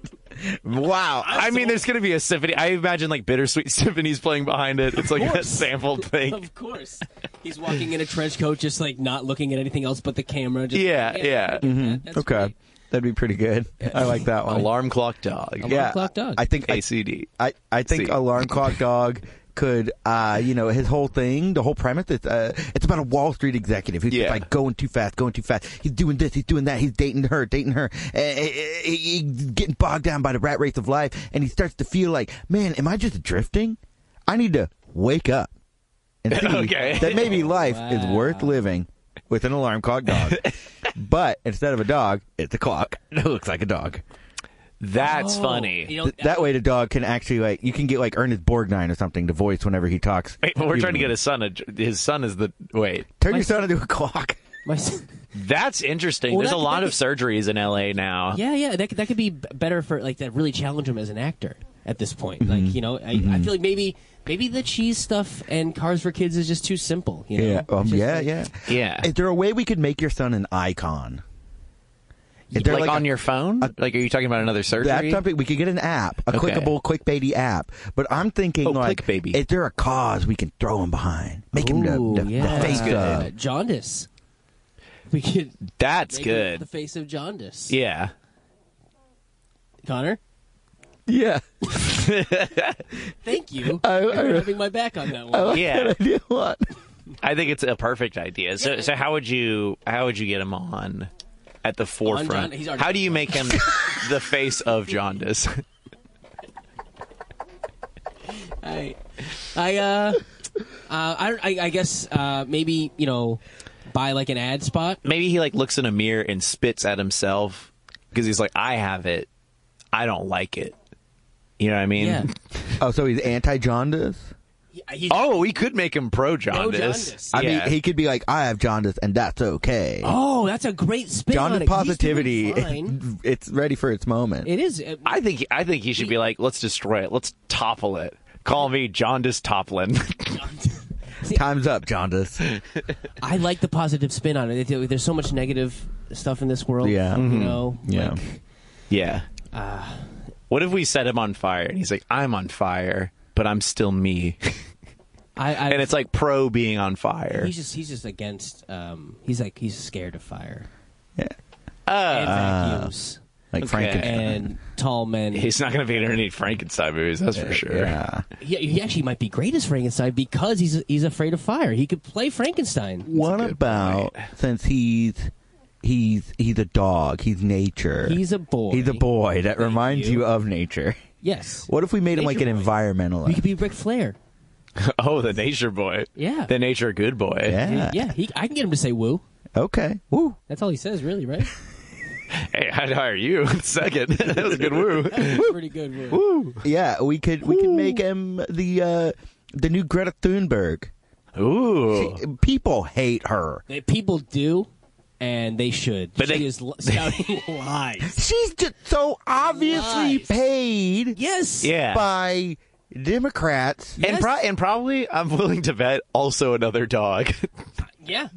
B: Wow.
C: I mean, there's going to be a symphony. I imagine like Bittersweet Symphony's playing behind it. It's like a sample thing.
A: Of course. He's walking in a trench coat, just like not looking at anything else but the camera. Just,
C: Yeah, yeah.
A: That's
B: Mm-hmm. Okay.
A: great.
B: That'd be pretty good. I like that one.
C: Alarm clock dog.
B: yeah.
A: clock dog.
B: I think I,
C: ACD.
B: I, I think
C: See.
B: Alarm Clock Dog could, uh, you know, his whole thing, the whole premise, it's, uh, it's about a Wall Street executive who's just
C: Yeah.
B: like going too fast, going too fast. He's doing this, he's doing that, he's dating her, dating her, eh, eh, eh, eh, he's getting bogged down by the rat race of life, and he starts to feel like, man, am I just drifting? I need to wake up and see
C: Okay.
B: that maybe life is worth living with an alarm clock dog. but instead of a dog, it's a clock that looks like a dog.
C: That's
A: Oh,
C: funny.
A: you know,
B: Th- that way the dog can actually like you can get like Ernest Borgnine or something to voice whenever he talks.
C: Wait, but we're trying to get his son. A, his son is the wait.
B: Turn your son into a clock.
A: my s-
C: That's interesting.
A: Well,
C: There's
A: that-
C: a lot
A: that-
C: of surgeries in LA now.
A: yeah, yeah. That, could- that could be b- better for like that. Really challenge him as an actor at this point.
B: Mm-hmm.
A: Like you know, I, I feel like maybe maybe the cheese stuff and Cars for Kids is just too simple. You know?
B: Yeah, um,
A: It's just
B: yeah,
A: like-
B: yeah,
C: Yeah.
B: Is there a way we could make your son an icon? Is there
C: Like, on
B: a-
C: your phone? like, are you talking about another surgery?
B: That's something we could get an app, a
C: Okay.
B: clickable, clickbaity app. But I'm thinking,
C: Oh,
B: like,
C: clickbaity.
B: is there a cause we can throw him behind, make him
A: Ooh,
B: the, the,
A: yeah.
B: the face
A: Uh,
B: of?
A: jaundice. We could
C: That's
A: make it
C: good.
A: the face of jaundice.
C: yeah.
A: Connor,
B: Yeah,
A: thank you
B: I-
A: for
B: I-
A: having my back on that one.
C: Yeah.
B: you know what?
C: I think it's a perfect idea. So, so how would you how would you get him on at the forefront?
A: he's already
C: how
A: on
C: do you make him the face of jaundice?
A: I, I, uh, uh, I, don't- I, I guess uh, maybe you know, buy like an ad spot.
C: Maybe he like looks in a mirror and spits at himself because he's like, I have it. I don't like it. You know what I mean?
A: Yeah.
B: Oh, so he's anti-jaundice.
A: He-
C: Oh, we could make him pro jaundice.
A: jaundice.
B: I
C: Yeah.
B: mean, he could be like, I have jaundice, and that's okay.
A: oh, that's a great spin on
B: jaundice
A: it, 'cause he's
B: positivity,
A: doing fine.
B: it's ready for its moment.
A: It is. uh,
C: I think I think he should be like, let's destroy it, let's topple it. Call me jaundice toppling.
B: Time's up, jaundice.
A: I like the positive spin on it. There- There's so much negative stuff in this world.
B: Yeah.
A: You
C: Mm-hmm.
B: Mhm.
A: know.
B: Yeah.
A: like,
C: yeah.
A: Ah.
C: what if we set him on fire and he's like, I'm on fire, but I'm still me,
A: I, I.
C: and it's like pro being on fire.
A: he's just he's just against. Um, he's like he's scared of fire
B: Yeah.
C: Uh,
A: and vacuums
B: Like Frankenstein.
A: and tall men.
C: He's not going to be in any Frankenstein movies, that's for sure.
B: Yeah.
A: He, he actually might be great as Frankenstein because he's he's afraid of fire. He could play Frankenstein.
B: What about since he's he's he's a dog, he's nature.
A: He's a boy.
B: He's a boy. That reminds you.
A: you.
B: of nature.
A: Yes.
B: What if we made him like
A: Nature
B: an
A: He could
B: environmentalist?
A: be Ric Flair.
C: Oh, the nature boy.
A: Yeah.
C: The nature good boy.
B: Yeah.
A: Yeah, he, I can get him to say woo.
B: Okay. Woo.
A: That's all he says, really, right?
C: Hey, I'd hire you second. that was a good woo.
A: Pretty good woo.
B: Yeah, we could we could make him the uh the new Greta Thunberg.
C: Ooh.
B: People hate her.
A: They- people do, and they should.
C: But
A: she
C: they-
A: is li- spouting lies.
B: She's just so obviously
A: Lies.
B: paid
A: Yes.
C: Yeah.
B: by Democrats.
C: And, pro- and probably, I'm willing to bet also another dog,
A: Yeah.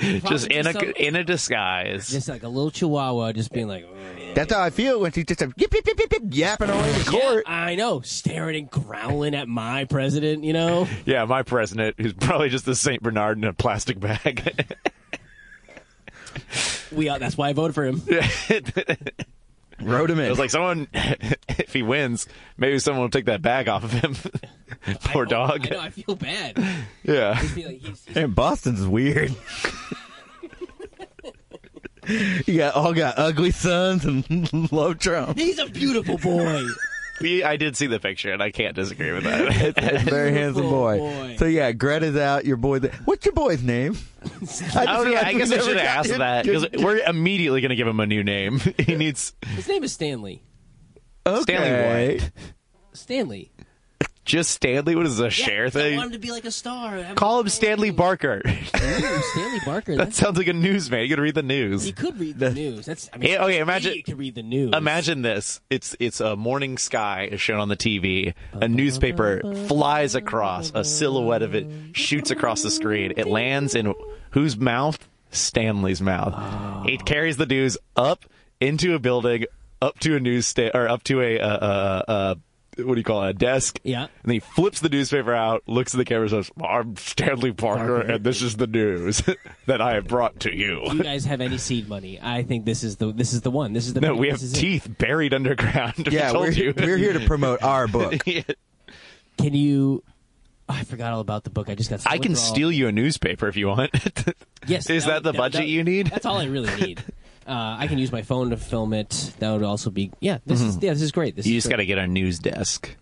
C: just in a
A: Probably some-
C: in a disguise.
A: just like a little chihuahua, just being like, "Ugh."
B: That's how I feel when she's just a yip, yip, yip, yip, yip, yapping away the court.
A: Yeah, I know, staring and growling at my president. You know,
C: yeah, my president, who's probably just a Saint Bernard in a plastic bag.
A: we uh, that's why I voted for him.
B: Wrote him in.
C: It was like someone, if he wins, maybe someone will take that bag off of him. Poor
A: I know-
C: dog.
A: I know. I feel bad. I
C: Yeah.
A: feel like he's, he's
B: and Boston's weird. you got all got ugly sons and love Trump.
A: he's a beautiful boy.
C: We, I did see the picture, and I can't disagree with that.
B: Very handsome boy.
A: boy.
B: So yeah, Greta's out. Your boy. What's your boy's name? I,
C: oh, yeah, I guess I should have asked that because
B: Okay.
C: we're immediately going to give him a new name. he needs
A: His name is Stanley.
C: Stanley White.
A: Stanley.
C: Just Stanley? What is this, a
A: Yeah, I
C: share
A: want him
C: thing?
A: to be like a star. Have
C: Call
A: a-
C: him Stanley Barker.
A: Ooh, Stanley Barker.
C: that
A: That's,
C: sounds like a newsman. You could read the news.
A: you could read the news. That's I mean,
C: Yeah, okay,
A: you
C: imagine-
A: could read the news.
C: Imagine this. It's it's a morning sky is shown on the TV. A newspaper flies across. A silhouette of it shoots across the screen. It lands in whose mouth? Stanley's mouth. It carries the news up into a building, up to a news sta- or up to a uh, uh, uh, what do you call it? A desk.
A: Yeah.
C: And then he flips the newspaper out, looks at the camera, says, "I'm Stanley Parker, and this is the news that I have brought to
A: you guys have any seed money? I think this is the this is the one. This is the
C: No, we have
A: this is it.
C: teeth buried underground. We
B: Yeah,
C: told
B: we're,
C: you.
B: we're here to promote our book.
A: Can you? I forgot all about the book. I just got.
C: I can
A: withdrawal.
C: steal you a newspaper if you want.
A: Yes,
C: is that, the
A: would-
C: budget you need?
A: That's all I really need. Uh, I can use my phone to film it. That would also be yeah. This is yeah. This is great. This
C: Mm-hmm. You
A: is
C: just
A: great.
C: got to get a news desk.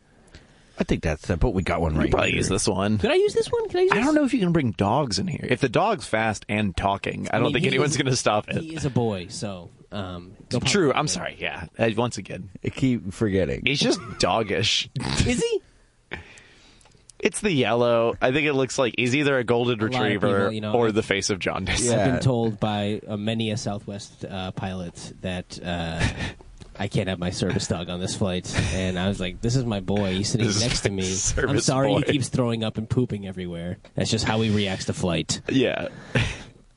B: I think that's simple. We got one right.
C: Probably
B: here.
C: use this one.
A: Could I use this one? Can I use?
C: I
A: this?
C: don't know if you can bring dogs in here. If the dog's fast and talking, I don't
A: mean,
C: think
A: he
C: anyone's
A: is-
C: going to stop
A: He
C: it.
A: is a boy, so um. they'll probably-
C: True. I'm sorry. Yeah. Uh, Once again,
B: I keep forgetting.
C: he's just doggish.
A: Is he?
C: It's the yellow. I think it looks like he's either a golden
A: people,
C: retriever
A: you know,
C: or
A: like-
C: the face of jaundice.
B: Yeah.
A: I've been told by uh, many a Southwest uh, pilot that uh, I can't have my service dog on this flight, and I was like, "This is my boy. He's sitting
C: This is
A: next to
C: my
A: me. I'm
C: service
A: sorry he
C: boy."
A: keeps throwing up and pooping everywhere. That's just how he reacts to flight.
C: Yeah.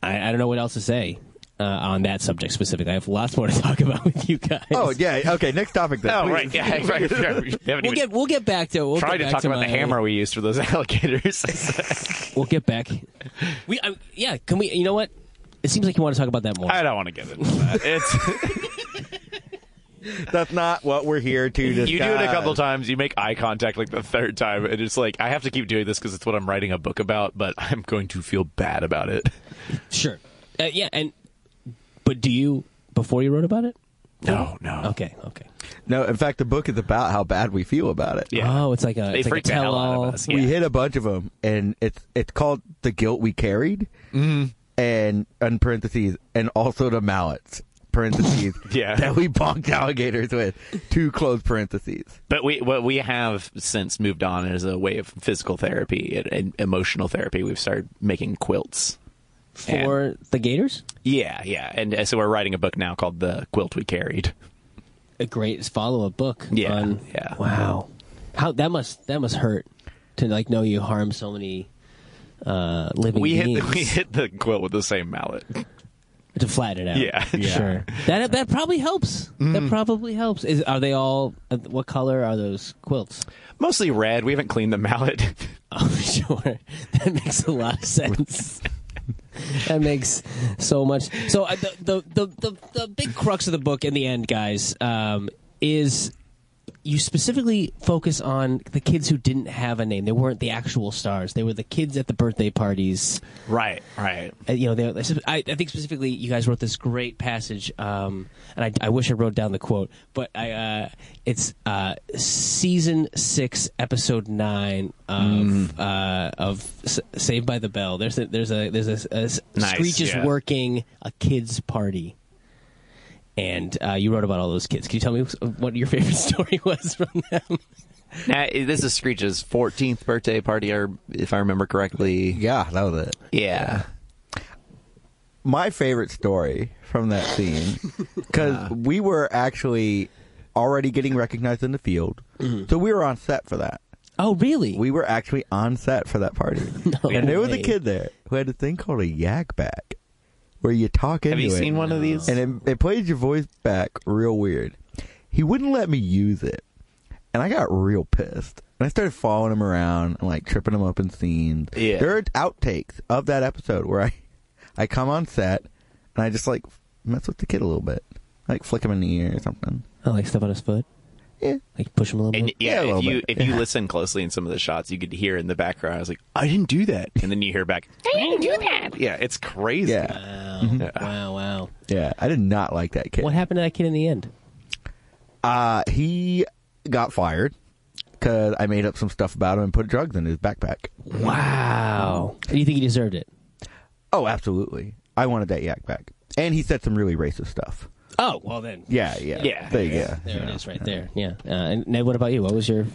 A: I, I don't know what else to say." Uh, on that subject specifically, I have lots more to talk about with you guys.
B: Oh yeah. Okay. Next topic. Then.
C: Oh,
B: please.
C: right. Yeah. Right. We haven't
A: we'll
C: even
A: get we'll get back to we'll
C: tried
A: get
C: to
A: back
C: talk about
A: my-
C: the hammer we used for those alligators.
A: We'll get back. We I, yeah, can we? You know what? It seems like you want to talk about that more.
C: I don't want to get into that. It's
B: That's not what we're here to discuss.
C: you do it a couple times. You make eye contact like the third time, and it's like I have to keep doing this because it's what I'm writing a book about. But I'm going to feel bad about it.
A: Sure. Uh, yeah, and but do you before you wrote about it?
C: No, no.
A: Okay, okay.
B: No. In fact, the book is about how bad we feel about it.
C: Yeah.
A: Oh, it's like a
C: They
A: it's like a
C: freaked the hell out
A: tell-all.
C: of us.
B: We
C: Yeah.
B: hit a bunch of them, and it's it's called the guilt we carried,
C: Mm-hmm.
B: and in parentheses, and also the mallets parentheses
C: Yeah.
B: that we bonked alligators with. Two closed parentheses.
C: But we what we have since moved on is a way of physical therapy and, and emotional therapy. We've started making quilts.
A: for the Gators.
C: Yeah, yeah. And uh, so we're writing a book now called The Quilt We Carried.
A: A great follow-up book.
C: Yeah,
A: on-
C: yeah.
A: Wow. How that must that must hurt to like know you harm so many uh, living
C: We hit
A: beings
C: the, we hit the quilt with the same mallet.
A: to flatten it out.
C: Yeah. Oh, Mm. Yeah.
A: sure. That that probably helps. That probably helps. Is are they all? uh, What color are those quilts?
C: Mostly red. We haven't cleaned the mallet.
A: Oh, sure. That makes a lot of sense. that makes so much. So uh, the, the the the the big crux of the book in the end, guys, um, is you specifically focus on the kids who didn't have a name. They weren't the actual stars. They were the kids at the birthday parties.
C: right, right.
A: Uh, you know, they, I, I think specifically you guys wrote this great passage, um, and I, I wish I wrote down the quote, but I, uh, it's uh, season six, episode nine of uh, of S- Saved by the Bell. There's a, there's a there's a, a s-
C: Nice,
A: Screech is
C: yeah.
A: working a kids party. And uh, you wrote about all those kids. Can you tell me what your favorite story was from them?
C: Now, Uh, this is Screech's 14th birthday party, or if I remember correctly.
B: Yeah, that was it.
C: Yeah.
B: my favorite story from that scene because we were actually already getting recognized in the field, so we were on set for that.
A: Oh, really?
B: We were actually on set for that party, and there was a
A: way.
B: kid there who had a thing called a yak back, where you talk into
C: Have you
B: it,
C: seen one of these?
B: and it, it plays your voice back real weird. He wouldn't let me use it, and I got real pissed. And I started following him around and like tripping him up in scenes.
C: Yeah.
B: There are outtakes of that episode where I, I come on set and I just like mess with the kid a little bit, like flick him in the ear or something.
A: oh, like stuff on his foot,
B: Yeah.
A: like push him a little
C: And
A: bit.
C: yeah,
B: Yeah, a
C: if
B: little
C: you
B: bit.
C: if you listen closely in some of the shots, you could hear in the background. I was like, I didn't do that, and then you hear back, I didn't do that. Yeah, it's crazy.
B: Yeah.
A: Wow, wow, wow.
B: Yeah. I did not like that kid.
A: What happened to that kid in the end?
B: Uh, he got fired because I made up some stuff about him and put drugs in his backpack.
A: Wow. Do you think he deserved it?
B: Oh, absolutely. I wanted that yak back. And he said some really racist stuff.
A: Oh, well then.
B: Yeah, yeah.
C: Yeah.
B: There you go.
A: There it is right there. Yeah. Uh, and Ned, what about you? What was your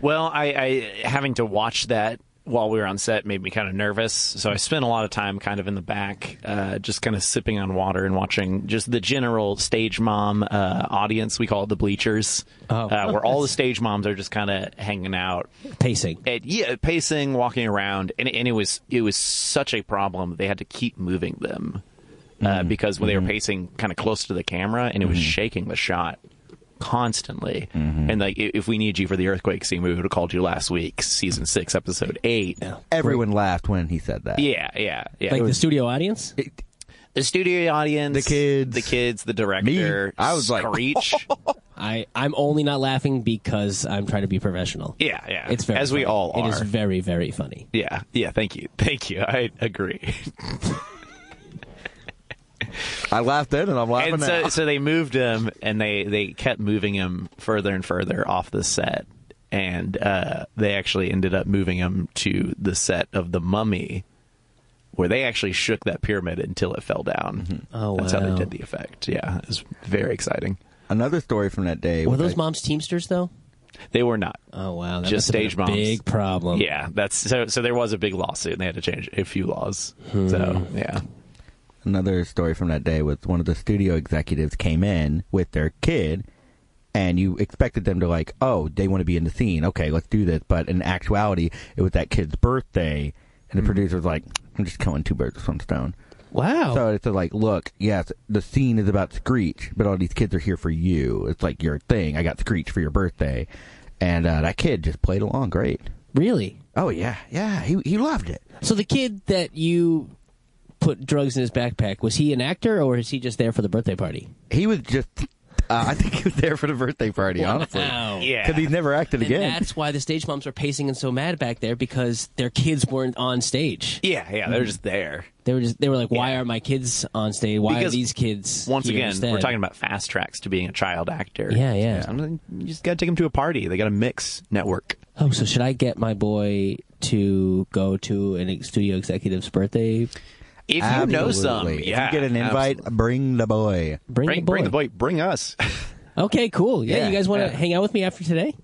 C: Well, I, I having to watch that while we were on set made me kind of nervous. So I spent a lot of time kind of in the back, uh, just kind of sipping on water and watching just the general stage mom uh, audience. We call it the bleachers, uh, where all the stage moms are just kind of hanging out
A: Pacing.
C: and yeah, pacing, walking around, and, and it was it was such a problem. They had to keep moving them uh, because when they were pacing kind of close to the camera, and it was shaking the shot constantly. And like, i- if we need you for the earthquake scene, we would have called you last week, season six, episode eight. Yeah,
B: Everyone laughed when he said that.
C: yeah, yeah.
A: Like
C: It
A: the
C: was-
A: studio audience?
C: the studio audience,
B: The kids.
C: the kids, the director.
B: Me. I was like-
C: screech.
A: I, I'm only not laughing because I'm trying to be professional.
C: yeah, yeah.
A: It's very
C: as we
A: funny.
C: all are.
A: It is very, very funny.
C: Yeah, yeah. Thank you, thank you. I agree.
B: I laughed then and I'm laughing
C: and
B: now.
C: so, so they moved him and they, they kept moving him further and further off the set and uh, they actually ended up moving him to the set of the mummy where they actually shook that pyramid until it fell down
A: Oh,
C: that's how
A: wow.
C: they did the effect yeah it was very exciting
B: Another story from that day.
A: Were
B: was
A: those
B: I-
A: moms Teamsters, though?
C: they were not
A: Oh, wow. That
C: Just
A: must have been
C: stage
A: a
C: moms.
A: Big problem.
C: yeah that's so so there was a big lawsuit and they had to change a few laws
A: Hmm.
C: so yeah
B: another story from that day was one of the studio executives came in with their kid and you expected them to like oh they want to be in the scene okay let's do this but in actuality it was that kid's birthday and
C: Mm-hmm.
B: the producer was like i'm just killing two birds with one stone
A: Wow.
B: so it's like look yes the scene is about screech but all these kids are here for you it's like your thing i got screech for your birthday and uh, that kid just played along great
A: really?
B: oh yeah yeah he, he loved it
A: So the kid that you put drugs in his backpack, was he an actor or is he just there for the birthday party?
B: he was just uh, i think he was there for the birthday party honestly
A: Wow.
C: yeah
B: because he's never acted
A: And
B: again.
A: that's why the stage moms were pacing and so mad back there because their kids weren't on stage.
C: yeah yeah they're just there
A: They were just they were like, why are my kids on stage? Why
C: Because
A: are these kids?
C: once
A: here
C: again,
A: instead?
C: we're talking about fast tracks to being a child actor.
A: Yeah, yeah.
C: Sometimes you just gotta take them to a party. They got a mix network.
A: Oh, so should I get my boy to go to an ex- studio executive's birthday?
C: If you know some,
B: Absolutely.
C: yeah,
B: if you get an invite,
C: absolutely.
B: bring the boy.
A: Bring,
C: bring,
A: the boy.
C: bring the boy, bring us.
A: Okay, cool. Yeah,
B: Yeah,
A: you guys want to
C: yeah.
A: hang out with me after today?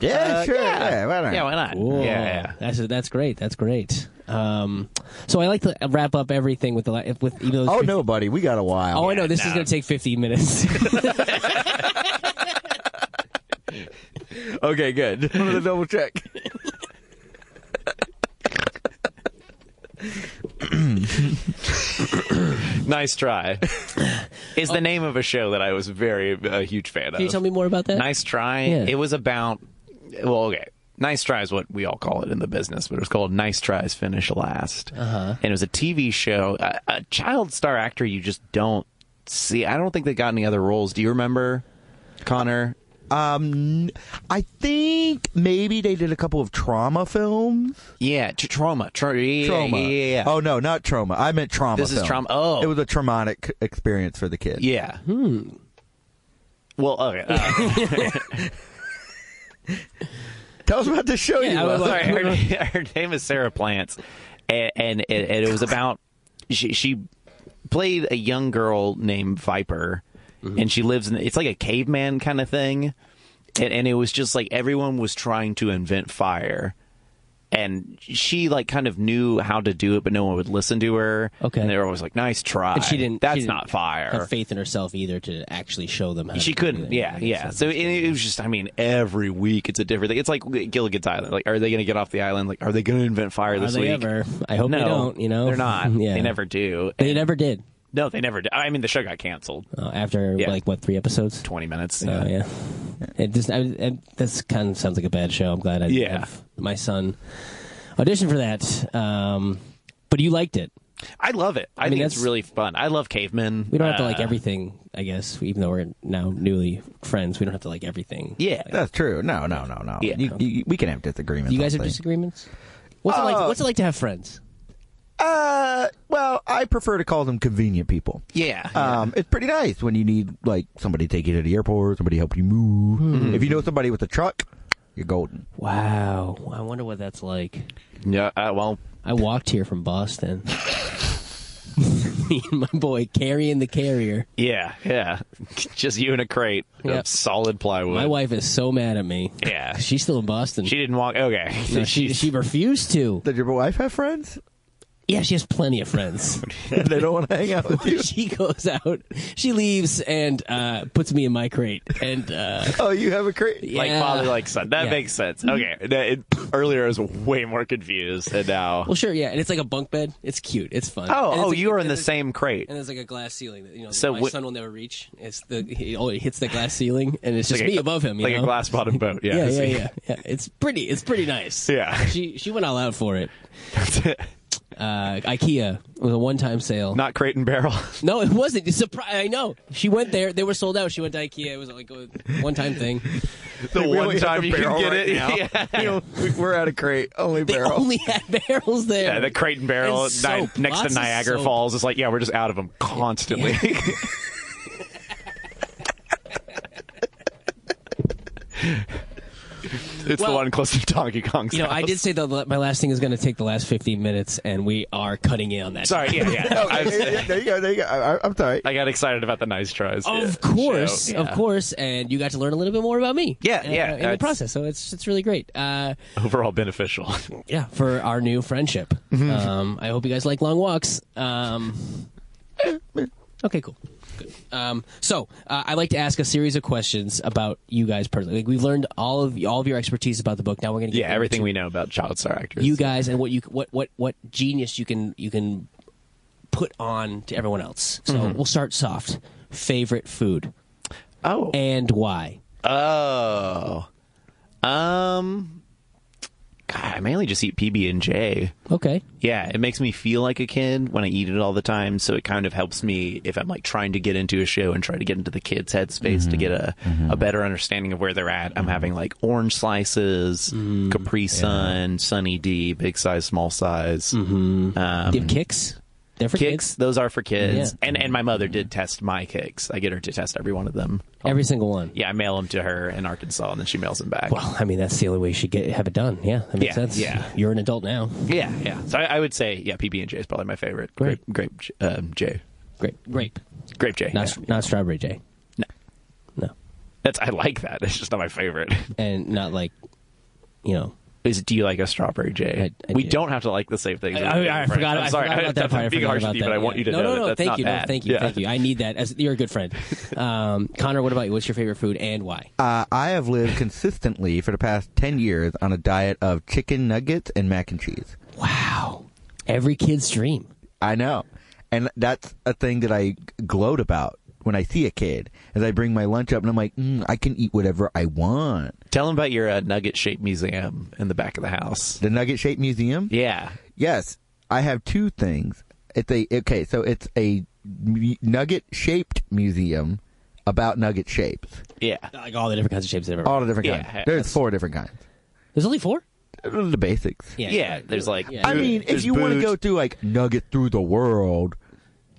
B: Yeah,
C: Uh,
B: sure.
C: Yeah,
B: Yeah, why not?
C: Yeah, why not?
A: Cool.
C: Yeah, yeah.
A: that's that's great. That's great. Um, so I like to wrap up everything with the la- with even though.
B: Oh no, buddy, we got a while.
A: Oh, I know this is
C: nah.
A: going to take 15 minutes.
B: okay, good. Wanted to double check.
C: Nice try. is the name of a show that I was very a huge fan of.
A: Can you tell me more about that?
C: Nice try.
A: Yeah.
C: It was about well, okay. Nice try is what we all call it in the business, but it was called Nice Tries Finish Last, uh-huh. and it was a TV show. A, a child star actor you just don't see. I don't think they got any other roles. Do you remember, Connor?
B: Um, I think maybe they did a couple of trauma films.
C: Yeah, t- trauma, Tra- yeah,
B: Trauma.
C: Yeah, yeah, yeah.
B: Oh no, not trauma. I meant trauma.
C: This is
B: film.
C: trauma- oh.
B: it was a traumatic experience for the kid.
C: yeah. Hmm. Well, okay. Uh,
B: Tell us about this show. you uh,
A: I would
B: love.
A: like-
C: Sorry, her, her name is Sarah Plants, and and it, and it was about she she played a young girl named Viper,
A: Mm-hmm.
C: and she lives in it's like a caveman kind of thing, and, and it was just like everyone was trying to invent fire. And she like kind of knew how to do it, but no one would listen to her.
A: Okay.
C: and they were always like, "Nice try."
A: And she didn't.
C: That's
A: she didn't
C: not fire.
A: Have faith in herself either to actually show them. How
C: She
A: to do
C: couldn't.
A: it.
C: Yeah, yeah. So it, it was just. I mean, every week it's a different thing. It's like Gilligan's Island. Like, are they going to get off the island? Like, are they going to invent fire
A: Are
C: this
A: they
C: week?
A: ever? I hope
C: no,
A: they don't. You know,
C: they're not.
A: yeah,
C: They never do.
A: They
C: And-
A: never did.
C: No, they never do. I mean, the show got canceled.
A: Uh, after
C: Yeah.
A: like what three episodes?
C: Twenty minutes.
A: Oh yeah. It just I, I, this kind of sounds like a bad show. I'm glad I
C: Yeah.
A: have my son auditioned for that. Um, but you liked it.
C: I love it. I,
A: mean,
C: think it's
A: that's-
C: really fun. I love Cavemen.
A: We don't have to like
C: Uh,
A: everything, I guess. Even though we're now newly friends, we don't have to like everything.
C: Yeah.
B: That's true. No, no, no, no.
C: Yeah.
B: You, you, we can have disagreements.
A: Do you guys
B: on
A: have
B: things.
A: disagreements? What's it
C: Uh.
A: like? What's it like to have friends?
B: Uh, well, I prefer to call them convenient people.
C: Yeah.
A: Uh,
B: Um, it's pretty nice when you need like somebody to take you to the airport, somebody to help you move.
C: Mm-hmm.
B: If you know somebody with a truck, you're golden.
A: Wow, I wonder what that's like.
C: yeah. Uh, well,
A: I walked here from Boston. me and my boy carrying the carrier.
C: Yeah, yeah. Just you in a crate
A: Yep.
C: of solid plywood.
A: My wife is so mad at me.
C: Yeah.
A: She's still in Boston.
C: She didn't walk. Okay.
A: No, she, she refused to.
B: Did your wife have friends?
A: Yeah, she has plenty of friends.
B: they don't want to hang out with you.
A: she goes out, she leaves, and uh, puts me in my crate. And uh,
B: Oh, you have a crate.
C: like
A: yeah.
C: father, like son. That
A: Yeah. Mm-hmm.
C: makes sense. Okay. That- it- earlier, I was way more confused, and now.
A: Well, sure, yeah, and it's like a bunk bed. It's cute. It's fun.
C: Oh,
A: And it's
C: oh,
A: like-
C: you are in
A: and
C: the
A: it's-
C: same crate.
A: And there's like a glass ceiling that you know
C: So
A: my
C: what-
A: son will never reach. It's the he only hits the glass ceiling, and it's just
C: Like a-
A: me above him. you
C: like a
A: know?
C: glass bottom boat. Yeah.
A: Yeah, yeah, yeah, yeah. It's pretty. It's pretty nice.
C: Yeah.
A: She she went all out for it. Uh, IKEA was a one time sale.
C: Not crate and barrel.
A: No, it wasn't. It's surpri- I know. She went there. They were sold out. She went to IKEA. It was like a one time thing.
C: the
B: We
C: one
B: only have
C: time
B: the
C: you can
B: barrel
C: get
B: right
C: it.
B: now.
C: Yeah.
B: You know, we- We're at a crate, only
A: They
B: barrel.
A: only had barrels there.
C: Yeah, the crate and barrel
A: And
C: ni-
A: soap.
C: next
A: Lots
C: to
A: of
C: Niagara
A: soap.
C: Falls. It's like, yeah, we're just out of them constantly. it's the
A: Well,
C: one close to Donkey Kong's.
A: You know, I
C: house.
A: did say that my last thing is going to take the last 15 minutes, and we are cutting in on that.
C: Sorry, yeah, yeah. I, was-
B: Okay, yeah, there you go. There you go. I, I- I'm sorry.
C: I got excited about the nice tries.
A: Of
C: Yeah.
A: course,
C: Show.
A: of course, and you got to learn a little bit more about me.
C: Yeah,
A: uh,
C: yeah,
A: In the
C: that's-
A: process, so it's it's really great. Uh,
C: Overall beneficial.
A: yeah, for our new friendship.
C: Mm-hmm.
A: um, I hope you guys like long walks. Um, okay, cool. Good. Um, so uh, I like to ask a series of questions about you guys personally. Like we've learned all of all of your expertise about the book. Now we're gonna get
C: yeah, everything we know about child star actors.
A: you guys and what you what what what genius you can you can put on to everyone else. So
C: Mm-hmm.
A: we'll start soft. Favorite food
C: oh.
A: and why?
C: Oh. Um. God, I mainly just eat PB and J.
A: Okay.
C: Yeah, it makes me feel like a kid when I eat it all the time. So it kind of helps me if I'm like trying to get into a show and try to get into the kids' headspace
A: Mm-hmm.
C: to get a, a better understanding of where they're at. I'm having like orange slices,
A: Mm.
C: Capri Sun, Sunny D, big size, small size. Um,
A: Do you have kicks? They're for
C: kicks,
A: kids.
C: those are for kids.
A: Yeah.
C: And and my mother did test my kicks. I get her to test every one of them.
A: Every single one.
C: Yeah, I mail them to her in Arkansas, and then she mails them back.
A: Well, I mean that's the only way you should get have it done. Yeah, that makes
C: Yeah,
A: sense.
C: yeah.
A: you're an adult now.
C: Yeah, yeah. So I, I would say, yeah, PB and J is probably my favorite.
A: Great.
C: grape, grape um, J,
A: Grape, grape,
C: grape J.
A: not
C: yeah.
A: not strawberry J.
C: No.
A: No,
C: That's I like that. It's just not my favorite.
A: and not like, you know.
C: Is do you like a strawberry J?
A: I- I
C: we
A: do.
C: do. not have to like the same things.
A: I, I, I forgot.
C: I'm
A: I
C: sorry.
A: forgot about
C: I,
A: that part. I
C: am being
A: forgot
C: harsh
A: about
C: with you,
A: that.
C: but I want you to
A: no,
C: know
A: no,
C: that
A: no,
C: that's
A: thank
C: not
A: you,
C: bad.
A: No, thank you,
C: Yeah.
A: thank you. I need that. As you're a good friend, um, Connor. What about you? What's your favorite food and why?
B: Uh, I have lived consistently for the past 10 years on a diet of chicken nuggets and mac and cheese.
A: Wow, every kid's dream.
B: I know. And that's a thing that I gloat about when I see a kid. As I bring my lunch up and I'm like, mm, I can eat whatever I want.
C: Tell them about your uh, nugget shaped museum in the back of the house.
B: The Nugget Shaped Museum?
C: Yeah.
B: Yes, I have two things. It's a okay, so it's a nugget shaped museum about nugget shapes.
C: Yeah.
A: Like all the different kinds of shapes they've ever.
B: All the different
C: Yeah,
B: kinds. There's
C: that's-
B: four different kinds.
A: Uh, There's only four.
B: The basics.
C: Yeah. There's like.
A: Yeah.
B: I mean, if
C: there's
B: you want to
C: boots.
B: go through like nugget through the world,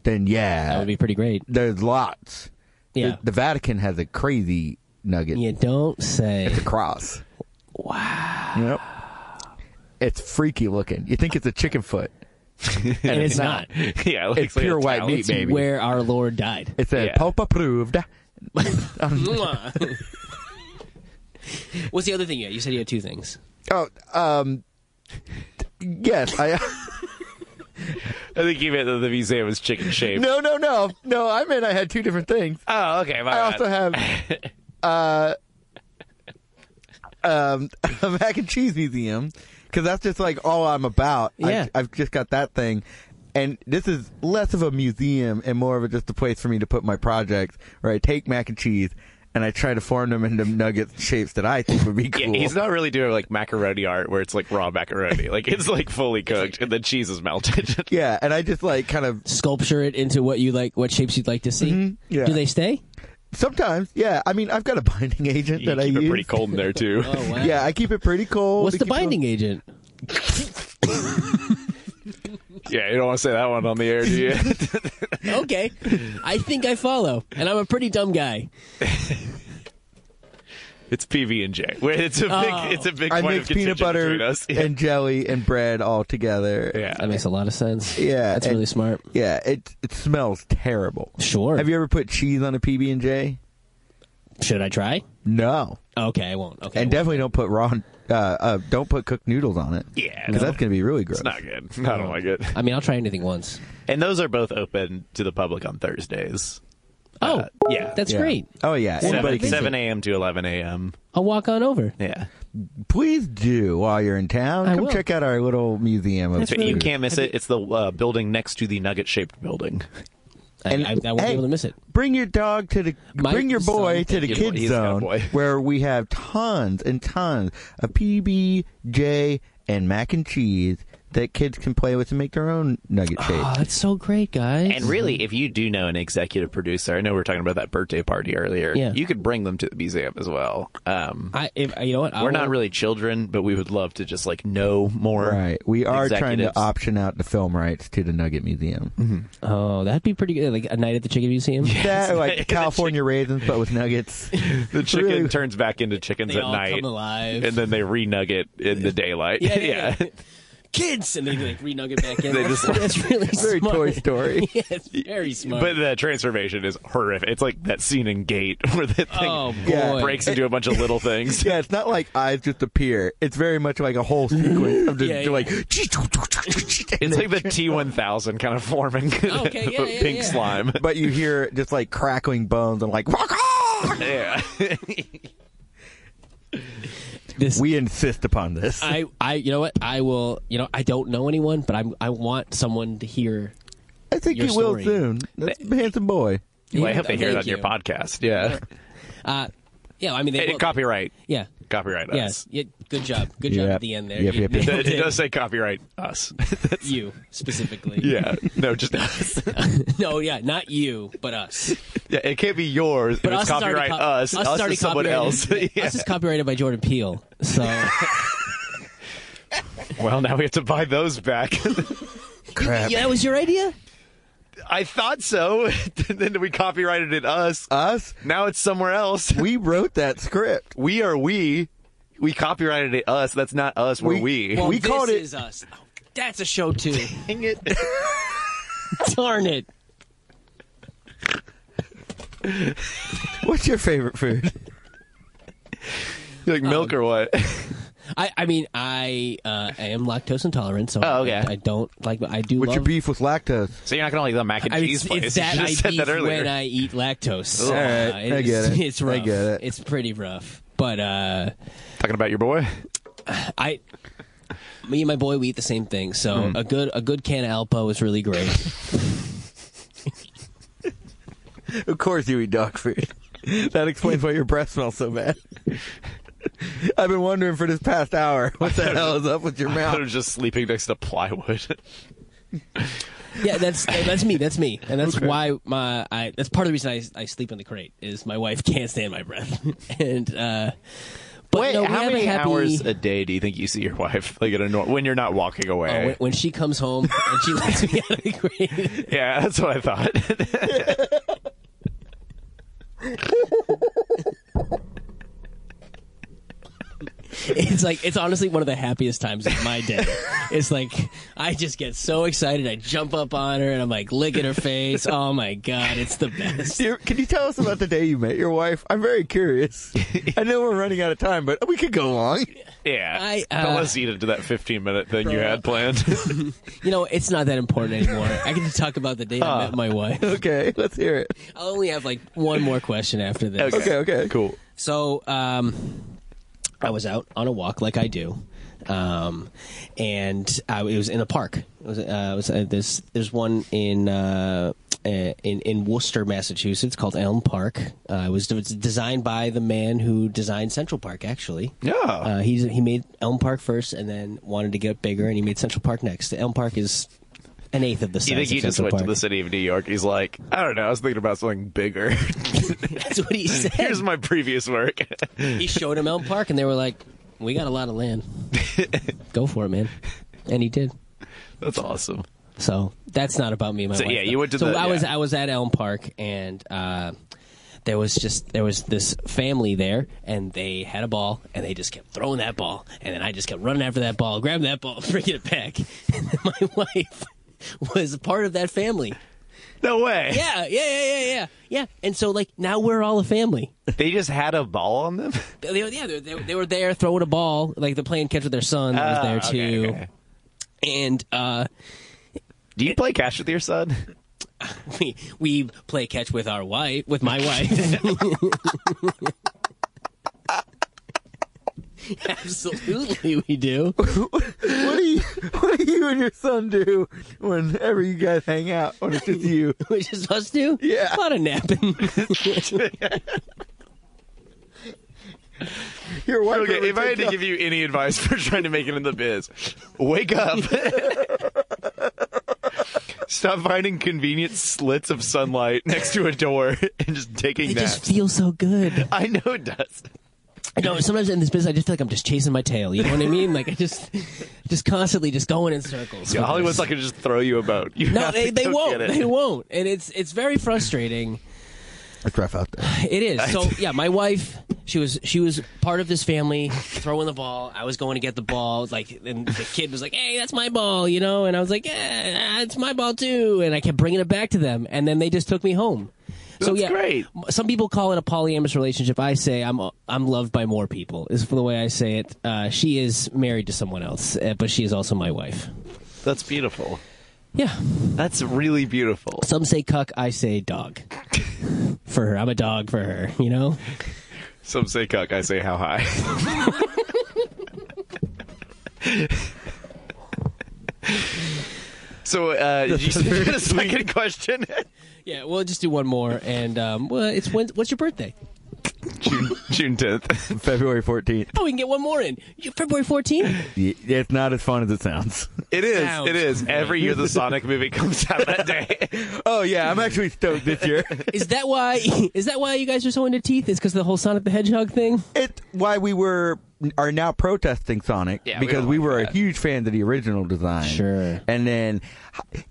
B: then
A: that
B: yeah,
A: would be pretty great.
B: there's lots.
A: Yeah.
B: The, the Vatican has a crazy nugget.
A: You don't say.
B: It's a cross. Wow. Yep. It's freaky looking. You think it's a chicken foot.
A: and it's not.
C: yeah, it
B: It's
C: looks like
B: pure
C: a
B: white
C: towel.
B: meat,
C: It's-
B: baby.
A: Where our Lord died.
B: It says
C: Yeah.
B: Pope approved.
A: Mwah. What's the other thing you had? You said you had two things.
B: Oh, um, yes. I
C: I think you meant that the museum was chicken shaped.
B: no, no, no, no. I meant I had two different things.
C: Oh, okay. My
B: I
C: bad.
B: also have uh, um, a mac and cheese museum because that's just like all I'm about.
A: Yeah.
B: I, I've just got that thing. And this is less of a museum and more of a, just a place for me to put my projects where I take mac and cheese and I try to form them into nugget shapes that I think would be
C: Yeah,
B: cool.
C: he's not really doing like macaroni art where it's like raw macaroni. Like it's like fully cooked and the cheese is melted.
B: yeah, and I just like kind of
A: Sculpture it into what you like, what shapes you'd like to see.
B: Mm-hmm. yeah.
A: Do they stay?
B: sometimes, yeah. I mean, I've got a binding agent
C: you
B: that I
C: keep it
B: use.
C: pretty cold in there too.
A: Oh wow.
B: Yeah, I keep it pretty cold.
A: What's
B: It
A: the
B: keeps it-
A: binding agent?
C: Yeah, you don't want to say that one on the air, do you?
A: Okay, I think I follow, and I'm a pretty dumb guy.
C: It's PB and J. It's a big. It's a big.
B: Oh. I
C: point
B: mix
C: of
B: peanut
C: contention between
B: butter
C: us. Yeah.
B: and jelly and bread all together.
C: yeah.
A: That makes a lot of sense.
B: Yeah,
A: that's
B: and-
A: really smart.
B: Yeah, it it smells terrible.
A: Sure.
B: Have you ever put cheese on a PB and J?
A: Should I try?
B: No,
A: Okay, I won't. Okay,
B: and
A: I won't.
B: definitely don't put raw. Uh, uh, don't put cooked noodles on it.
C: Yeah,
B: because
C: no.
B: that's gonna be really gross.
C: It's not good. I
B: Oh.
C: don't like it.
A: I mean, I'll try anything once.
C: And those are both open to the public on Thursdays.
A: Oh,
C: Uh, yeah.
A: that's
B: Yeah.
A: great.
B: Oh yeah, And
C: seven,
B: please-
C: 7 a.m. to 11 a.m.
A: I'll walk on over.
C: Yeah.
B: Please do while you're in town.
A: I
B: Come
A: will.
B: check out our little museum of
C: So
B: food.
C: you can't miss it. It's the uh, building next to the nugget shaped building.
A: I, I, I won't
B: hey,
A: be able to miss it.
B: Bring your dog to the
A: My
B: bring your
A: son-
B: boy to the
C: Your boy-
B: kids
C: he's got a
B: zone
C: boy.
B: where we have tons and tons of PB, J, and mac and cheese that kids can play with and make their own nugget shape.
C: Ah,
A: Oh, that's so great, guys.
C: And really, if you do know an executive producer, I know we were talking about that birthday party earlier.
A: Yeah.
C: You could bring them to the museum as well. Um,
A: I, if, you know what? I
C: we're not
A: will-
C: really children, but we would love to just like know more.
B: Right, we are trying to
C: executives.
B: option out the film rights to the Nugget Museum.
A: Oh, that'd be pretty good. Like a night at the Chicken Museum.
B: That like California raisins, but with nuggets.
C: The chicken
B: Really-
C: turns back into chickens
A: They
C: at
A: all
C: night,
A: come alive.
C: and then they renugget in the daylight.
A: yeah, yeah, yeah. Kids, and they like renugget back in.
C: They just-
A: that's really
B: Very
A: smart.
B: Toy Story.
A: yeah, it's very smart.
C: But the transformation is horrific. It's like that scene in Gate where the thing
A: oh boy,
B: Yeah.
C: breaks into a bunch of little things.
B: Yeah, it's not like eyes just appear. It's very much like a whole sequence of just
A: Yeah, yeah.
B: like.
C: It's like the T one thousand kind of forming
A: Okay, yeah,
C: but
A: yeah,
C: pink
A: yeah.
C: slime.
B: but you hear just like crackling bones and like rock on.
C: Yeah.
A: this.
B: We insist upon this.
A: I, I, you know what? I will. You know, I don't know anyone, but I'm. I want someone to hear.
B: I think
A: Your
B: you will
A: story.
B: soon. That's a handsome boy.
C: Well, I hope they hear
A: thank
C: that in your
A: you.
C: podcast. Yeah.
A: Uh, yeah, I mean, they
C: Hey,
A: will-
C: copyright.
A: Yeah,
C: Copyright
A: yes,
C: us.
A: yeah, Good job, good job
B: Yep.
A: at the end there.
B: Yep,
A: You
B: yep, yep.
A: nailed
C: It, it does say copyright us.
A: you specifically.
C: yeah. No, just us.
A: No, yeah, not you, but us.
C: Yeah, it can't be yours.
A: But
C: if
A: us
C: it's
A: is already
C: copyright
A: co-
C: us. Us,
A: already
C: is someone else.
A: copyrighted-
C: yeah.
A: Us is copyrighted by Jordan Peele. So
C: Well, now we have to buy those back.
B: Crap.
A: yeah, that was your idea.
C: I thought so. then we copyrighted it us. Uh,
B: Us,
C: now it's somewhere else.
B: we wrote that script.
C: we are we. We copyrighted it us. That's not us. We're
B: We-
C: we.
A: Well,
B: We
A: this
B: called it-
A: is us. Oh, that's a show too.
C: Dang it.
A: Darn it.
B: What's your favorite food?
C: You like milk or what?
A: I, I mean, I uh, I am lactose intolerant, so
C: Oh, okay.
A: I, I don't like. I do
B: What's
A: love.
B: your beef with lactose?
C: So you're not gonna like the mac and
A: I mean,
C: cheese
A: it's,
C: place.
A: it's
C: You
A: that
C: just
A: I
C: said
A: beef
C: that earlier.
A: when I eat lactose. Uh,
B: All right, I
A: it's-
B: get it.
A: It's
B: I
A: rough.
B: get it.
A: It's pretty rough. But uh,
C: Talking about your boy.
A: I, me and my boy, we eat the same thing. So
B: Hmm.
A: a good a good can of Alpo is really great.
B: Of course you eat dog food. That explains why your breath smells so bad. I've been wondering for this past hour what the hell is up with your
C: Out of
B: mouth.
C: just sleeping next to plywood.
A: yeah, that's that's me. That's me, and that's why my I. That's part of the reason I I sleep in the crate is my wife can't stand my breath. and uh, but
C: Wait,
A: no, we
C: how
A: have a
C: many
A: happy,
C: hours a day do you think you see your wife? Like at a nor- when you're not walking
A: Oh, when,
C: away?
A: when she comes home and she lets me out of the crate,
C: yeah, that's what I thought.
A: it's like it's honestly one of the happiest times of my day. It's like I just get so excited. I jump up on her and I'm like licking her face. Oh my god, it's the best.
B: Dear- Can you tell us about the day you met your wife? I'm very curious. I know we're running out of time, but we could go long.
C: yeah,
A: I, uh,
C: Don't let's eat into that 15 minute thing you had planned.
A: You know, it's not that important anymore. I can just talk about the day I met my wife.
B: Okay, let's hear it.
A: I only have like one more question after this.
B: Okay, okay.
C: cool.
A: So, um, I was out on a walk like I do, um, and I, it was in a park. It was, uh, it was, uh, there's there's one in uh, uh, in in Worcester, Massachusetts, called Elm Park. Uh, it was it's designed by the man who designed Central Park, actually.
C: Yeah.
A: Uh, he's, he made Elm Park first, and then wanted to get bigger, and he made Central Park next. Elm Park is an eighth of the size
C: you think
A: of
C: he just
A: Central Park.
C: went to the city of New York? He's like, I don't know. I was thinking about something bigger.
A: That's what he said.
C: Here's my previous work.
A: he showed him Elm Park, and they were like, "We got a lot of land. Go for it, man." And he did.
C: That's awesome.
A: So that's not about me. and My
C: So,
A: wife,
C: yeah,
A: though.
C: you went to
A: so
C: the-
A: I was
C: yeah.
A: I was at Elm Park, and uh, there was just there was this family there, and they had a ball, and they just kept throwing that ball, and then I just kept running after that ball, grabbing that ball, bringing it back. And then my wife was part of that family.
C: No way.
A: Yeah, yeah, yeah, yeah, yeah, yeah. And so like now we're all a family.
C: They just had a ball on them.
A: They, they- yeah, they, they, they were there throwing a ball, like they're playing catch with their son. that
C: Ah,
A: was there
C: okay,
A: too,
C: okay.
A: and uh,
C: Do you play catch with your son?
A: we we play catch with our wife, with my wife. Absolutely, we do.
B: What do you What do you and your son do whenever you guys hang out? When it's just you?
A: Which is us do.
B: Yeah.
A: a lot of napping.
B: Your wife.
C: Okay, if I had to give you any advice for trying to make it in the biz, wake up. Stop finding convenient slits of sunlight next to a door and just taking
A: It
C: naps.
A: just feels so good.
C: I know it does.
A: I know. Sometimes in this business, I just feel like I'm just chasing my tail. You know what I mean? Like I just, just constantly just going in circles.
C: Yeah,
A: with
C: Hollywood's
A: this.
C: not going to just throw you a boat. You
A: No,
C: have
A: they,
C: to
A: they
C: go
A: won't.
C: get it.
A: They won't. And it's it's very frustrating.
B: It's rough out there.
A: It is. So yeah, my wife, she was she was part of this family throwing the ball. I was going to get the ball. Like and the kid was like, "Hey, that's my ball," you know. And I was like, "Yeah, it's my ball too." And I kept bringing it back to them, and then they just took me home. so
C: That's
A: yeah,
C: great.
A: m- some people call it a polyamorous relationship. I say I'm I'm loved by more people. Is the way I say it. Uh, she is married to someone else, uh, but she is also my wife.
C: That's beautiful.
A: Yeah.
C: That's really beautiful.
A: Some say cuck, I say dog. for her, I'm a dog for her. You know.
C: Some say cuck, I say how high. so, uh, did you say the second question?
A: Yeah, we'll just do one more, and um, well, it's when, what's your birthday?
C: June, June 10th.
B: February fourteenth.
A: Oh, we can get one more in You- February 14th.
B: It's not as fun as it sounds.
C: It is.
A: Sounds
C: it is. Every year the Sonic movie comes out that day.
B: Oh yeah, I'm actually stoked this year.
A: Is that why? Is that why you guys are so into teeth? Is because the whole Sonic the Hedgehog thing?
B: it's why we were are now protesting Sonic
C: Yeah, we
B: because
C: don't
B: we,
C: like
B: were
C: that.
B: a huge fan of the original design.
A: Sure.
B: And then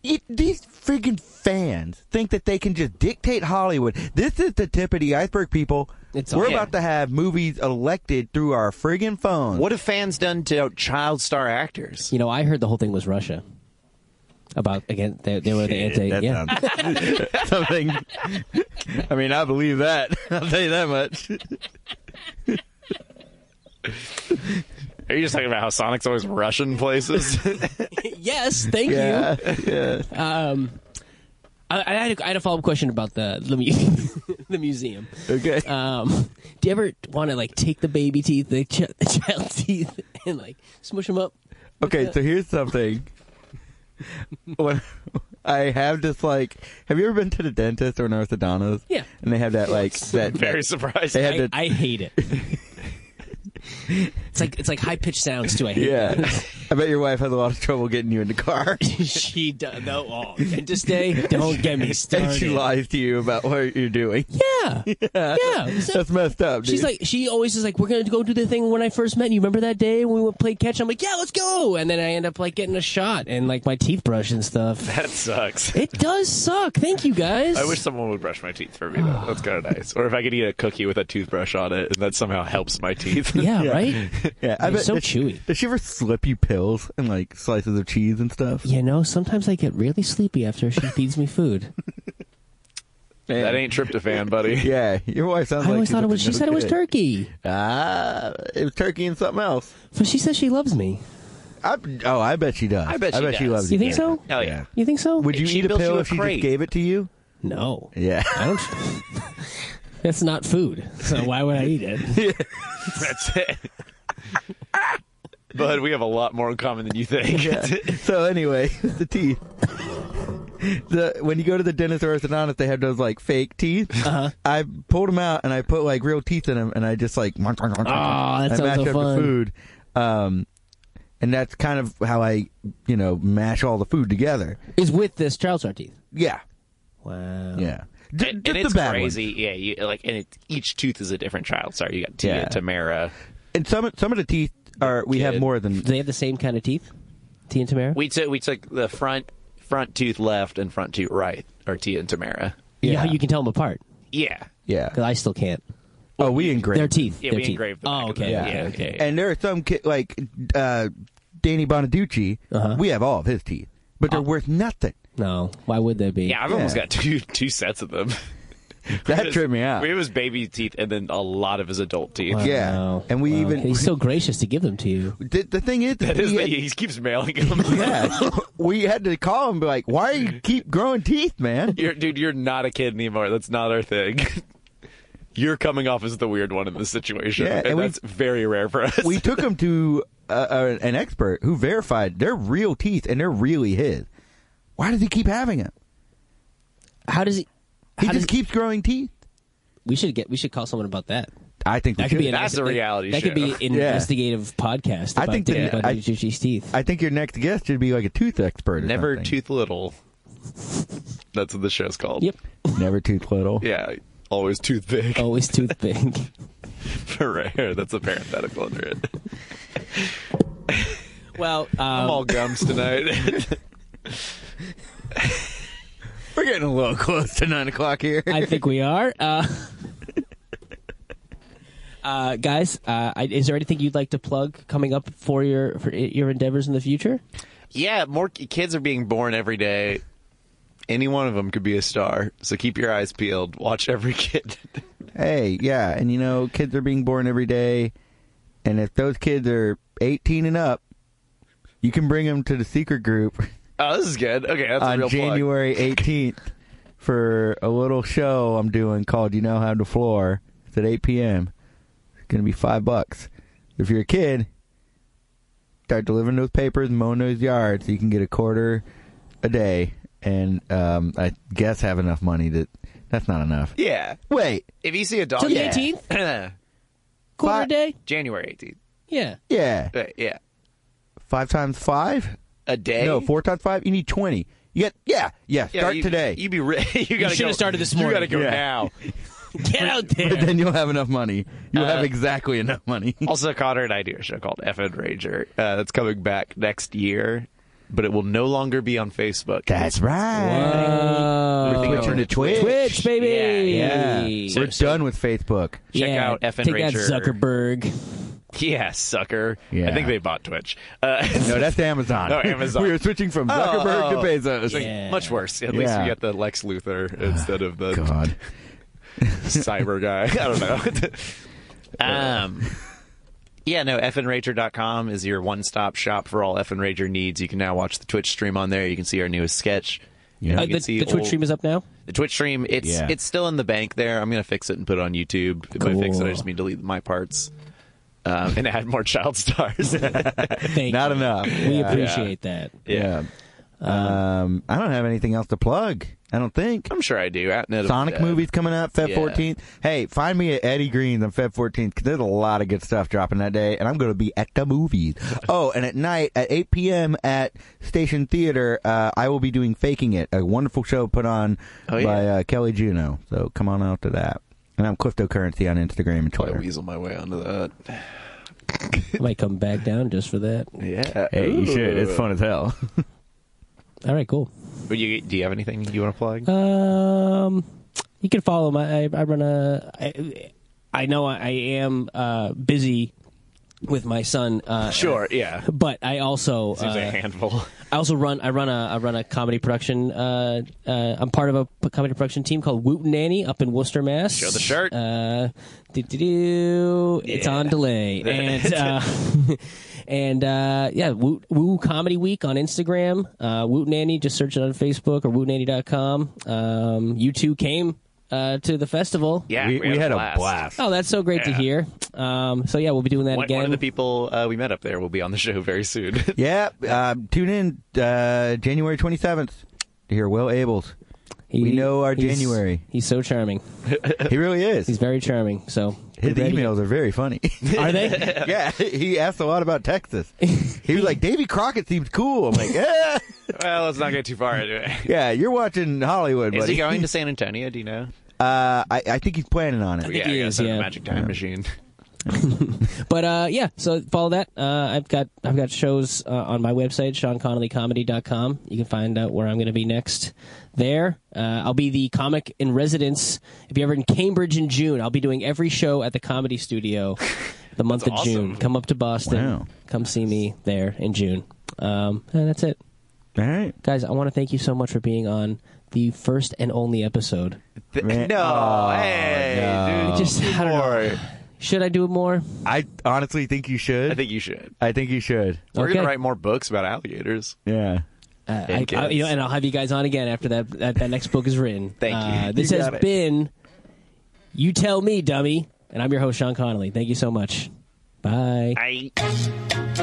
B: it, these freaking fans think that they can just dictate Hollywood. This is the tip of the iceberg, people.
A: It's
B: we're
A: all-
B: about to have movies elected through our friggin' phones.
C: What have fans done to child star actors?
A: You know, I heard the whole thing was Russia. About again, they, they were the anti.
B: That
A: yeah,
B: sounds something. I mean, I believe that. I'll tell you that much.
C: Are you just talking about how Sonic's always Russian places?
A: yes, thank you.
B: Yeah.
A: I, I had a, I had a follow up question about the the, mu- the museum.
B: Okay.
A: Um, do you ever want to like take the baby teeth, the ch- child teeth, and like smush them up?
B: Okay, so here's something. when I have this like, have you ever been to the dentist or an orthodontist?
A: Yeah.
B: And they have that like that.
C: Very
B: they
C: surprising.
B: had
A: I,
B: that.
A: I hate it. it's like it's like high pitched sounds too. I hate.
B: yeah. I bet your wife has a lot of trouble getting you in the car.
A: it. she does. No, oh, dentist day. Don't get me
B: and she
A: started.
B: lies to you about what you're doing.
A: Yeah, yeah. So
B: That's messed up, dude.
A: she's like, she always is like, we're gonna go do the thing when I first met you. Remember that day when we went play catch? I'm like, yeah, let's go. And then I end up like getting a shot and like my teeth brush and stuff.
C: that sucks.
A: It does suck. Thank you guys.
C: I wish someone would brush my teeth for me. Though. That's kind of nice. Or if I could eat a cookie with a toothbrush on it, and that somehow helps my teeth.
A: Yeah, right.
B: yeah, I
A: It's
B: bet.
A: so
B: does she-
A: chewy.
B: Does she ever slip you pills and like slices of cheese and stuff?
A: You know, sometimes I get really sleepy after she feeds me food.
C: that ain't tryptophan, buddy.
B: Yeah, your wife sounds
A: I
B: like
A: always
B: she's
A: thought it
B: up
A: was.
B: to
A: She
B: no
A: said it was
B: good.
A: turkey,
B: Ah, it was turkey and something else.
A: but she says she loves me.
B: I, oh, I bet she does.
C: I bet
B: I
C: she
B: bet she
C: does.
B: loves
A: You think
B: Yeah.
A: so?
C: Hell yeah.
B: yeah.
A: You think so?
B: Would you
C: She
B: eat a
C: built you
B: pill
C: a
B: if she
C: crate.
B: just gave it to you?
A: no.
B: Yeah.
A: I don't. That's not food, so why would I eat it?
C: That's it. But we have a lot more in common than you think.
B: so anyway, the teeth. The when you go to the dentist or orthodontist, they have those like fake teeth. Uh-huh. I pulled them out and I put like real teeth in them, and I just like oh,
A: that
B: I
A: sounds
B: mash
A: so
B: up
A: fun.
B: the food. Um, and that's kind of how I, you know, mash all the food together.
A: Is with this child star teeth.
B: Yeah,
A: Wow.
B: yeah. J-
C: Oh. And,
B: just
C: and it's
B: the bad ones.
C: crazy, yeah. You, like, and it, each tooth is a different child. Sorry, you got Tia,
B: Yeah.
C: Tamara.
B: And some some of the teeth are we have
C: Kid.
B: more than
A: Do they have the same kind of teeth? T and Tamara.
C: We took we took the front front tooth left and front tooth right, or Tia and Tamara.
A: You know how you can tell them apart.
C: Yeah.
B: Yeah.
A: Because I still can't.
B: Oh, we engraved.
A: Their teeth.
C: Yeah,
A: their
C: we
A: teeth.
C: engraved the back
A: Oh,
C: of
A: okay.
C: them.
A: Yeah,
C: Yeah,
A: okay.
C: yeah, yeah.
B: And there are some ki- like uh, Danny Bonaducci. We have all of his teeth, but they're worth nothing.
A: No. Why would that be?
C: Yeah, I've almost
B: Yeah.
C: got two two sets of them.
B: That tripped me out.
C: It was baby teeth and then a lot of his adult teeth.
B: yeah,
A: Wow.
B: and we
A: Wow.
B: even
A: He's so gracious to give them to you.
B: the, the thing is,
C: That is
B: we
C: the,
B: had,
C: he keeps mailing them.
B: yeah, we had to call him and be like, "Why do you keep growing teeth, man?"
C: You're, dude, you're not a kid anymore. That's not our thing. You're coming off as the weird one in this situation,
B: Yeah,
C: and,
B: and we-
C: that's very rare for us.
B: We took him to uh, uh, an expert who verified they're real teeth and they're really his. Why does he keep having them?
A: How does he?
B: He
A: how
B: just
A: does,
B: keeps growing teeth.
A: we should get. We should call someone about that.
B: I think we
A: That could
B: should.
A: be an
C: That's a
A: that-
C: reality
A: That, could be
C: show.
A: an
B: Yeah.
A: investigative podcast.
B: I
A: About
B: think
A: Danny
B: that- I-
A: Bonaducci's teeth.
B: I think your next guest should be like a tooth expert. Or
C: Never
B: something.
C: tooth little. That's what the show's called.
A: yep.
B: Never tooth little.
C: Yeah, always tooth big.
A: Always tooth big.
C: rare. That's a parenthetical under it.
A: well,
C: I'm
A: um,
C: all gums tonight.
B: We're getting a little close to nine o'clock here.
A: I think we are. Uh, uh, guys, uh, I- is there anything you'd like to plug coming up for your for your endeavors in the future?
C: yeah, more k- kids are being born every day. Any one of them could be a star. So keep your eyes peeled. Watch every kid.
B: hey, yeah, and you know, kids are being born every day, and if those kids are eighteen and up, you can bring them to the secret group
C: oh, this is good. Okay, that's a
B: on
C: real plug.
B: January eighteenth for a little show I'm doing called "You Know How to Floor." It's at eight p.m. It's gonna be five bucks. If you're a kid, start delivering those papers, mowing those yards, so you can get a quarter a day, and um, I guess have enough money to. That's not enough.
C: Yeah.
B: Wait.
C: If you see a dog,
A: Till the
C: Yeah.
A: 18th? Quarter
B: Fi-
A: day?
C: January 18th.
A: Yeah.
B: Yeah.
C: Uh, yeah.
B: Five times five?
C: A day?
B: No, four times five. You need twenty. You get yeah, yeah.
C: Yeah,
B: start
C: you,
B: today.
C: You be re- you gotta
A: should
C: go-
A: have started this
C: You
A: morning.
C: gotta go
B: Yeah.
C: now.
A: Get out
B: But
A: there.
B: then you'll have enough money. You'll
C: Uh,
B: have exactly enough money.
C: Also, Connor and I do a show called FN Rager uh, that's coming back next year, but it will no longer be on Facebook.
B: That's right.
A: Oh.
C: Everything
B: Switching
C: over
B: to Twitch.
A: Twitch, baby.
B: Yeah,
A: So-
B: we're done with Facebook.
C: Check
A: Yeah,
C: out FN
A: Take
C: Rager.
A: that Zuckerberg.
C: Yeah, sucker.
B: Yeah.
C: I think they bought Twitch. Uh,
B: No, that's Amazon.
C: Oh, Amazon.
B: we are switching from Zuckerberg
C: oh.
B: to Bezos.
A: Yeah.
C: Much worse. At
B: Yeah. Oh,
C: least we get the Lex Luthor instead of the
B: God.
C: cyber guy. I don't know. um, yeah, no, fnrager.com is your one stop shop for all FN Rager needs. You can now watch the Twitch stream on there. You can see our newest sketch.
B: Yeah.
C: You
A: Uh,
C: can
A: the,
C: see
A: the Twitch
C: old-
A: stream is up now.
C: The Twitch stream, it's
B: Yeah.
C: it's still in the bank there. I'm gonna fix it and put it on YouTube. If I fix it, I
A: Cool.
C: just mean delete my parts um, and add more child stars.
A: Thank
B: Not
A: you.
B: enough.
A: We
B: yeah.
A: appreciate that.
B: yeah. Um, I don't have anything else to plug. I don't think.
C: I'm sure I do. At Net of
B: Sonic
C: Death.
B: movies coming out Feb
C: Yeah.
B: 14th. Hey, find me at Eddie Green's on Feb 14th 'cause there's a lot of good stuff dropping that day, and I'm going to be at the movies. oh, and at night at 8 p.m. at Station Theater, uh, I will be doing Faking It, a wonderful show put on
C: Oh, yeah.
B: by uh, Kelly Juno. So come on out to that. And I'm Cryptocurrency on Instagram and
C: Probably
B: Twitter.
C: weasel my way onto that.
A: I might come back down just for that.
C: Yeah.
B: Hey, you should. It's
C: Ooh.
B: fun as hell.
A: All right, cool.
C: Would you, do you have anything you want to
B: Uh,
C: plug?
A: Um, you can follow my. I, I run a. I, I know I, I am uh, busy with my son. Uh,
C: sure. Yeah.
A: But I also
C: Seems like a
A: uh,
C: handful.
A: I also run I run a I run a comedy production. Uh, uh, I'm part of a p- comedy production team called Woot Nanny up in Worcester, Mass.
C: Show the shirt.
A: Uh, do do do. It's on delay and uh, and uh, yeah, Woot, Woo Comedy Week on Instagram. Uh, Woot Nanny, just search it on Facebook or wootnanny.com. Um, you two came uh, to the festival.
C: Yeah.
B: we, we had a blast.
A: Oh, that's so great to
C: Yeah.
A: hear. Um, so yeah, we'll be doing that
C: One,
A: again.
C: one of the people uh, we met up there will be on the show very soon.
B: Yeah, uh, tune in uh, January 27th to hear Will Abels. we know our
A: he's-
B: January.
A: He's so charming.
B: He really is.
A: He's very charming. So
B: His
A: get ready.
B: emails are very funny.
A: are they?
B: yeah, he asked a lot about Texas. He was like, Davy Crockett seems cool. I'm like, yeah,
C: well, let's not get too far into it.
B: yeah. You're watching Hollywood,
C: Is
B: buddy.
C: he going to San Antonio? Do you know?
B: Uh, I, I think he's planning on it.
A: think
C: yeah,
A: he
C: I
A: is,
C: guess, on the
A: yeah.
C: Magic Time Machine.
A: But uh, yeah, so follow that. Uh, I've got I've got shows uh, on my website, SeanConnollyComedy.com. You can find out where I'm going to be next there. Uh, I'll be the comic in residence. If you're ever in Cambridge in June, I'll be doing every show at the Comedy Studio the month of June. Come up to Boston.
B: Wow.
A: Come see me there in June. Um, and that's it.
B: All right.
A: Guys, I want to thank you so much for being on the first and only episode.
B: Man.
C: no,
B: Oh,
C: hey,
B: no.
C: dude,
A: Just- I don't know.
C: more.
A: Should I do it more?
B: I honestly think you should.
C: I think you should.
B: I think you should.
C: We're
A: Okay.
C: gonna write more books about alligators.
B: Yeah.
A: Uh, I,
C: Thank
A: I-
C: you.
A: you know, and I'll have you guys on again after that that, that next book is written.
C: Thank you.
A: Uh,
C: You
A: this has
C: got it.
A: been You Tell Me, Dummy, and I'm your host Sean Connolly. Thank you so much. Bye.
C: I.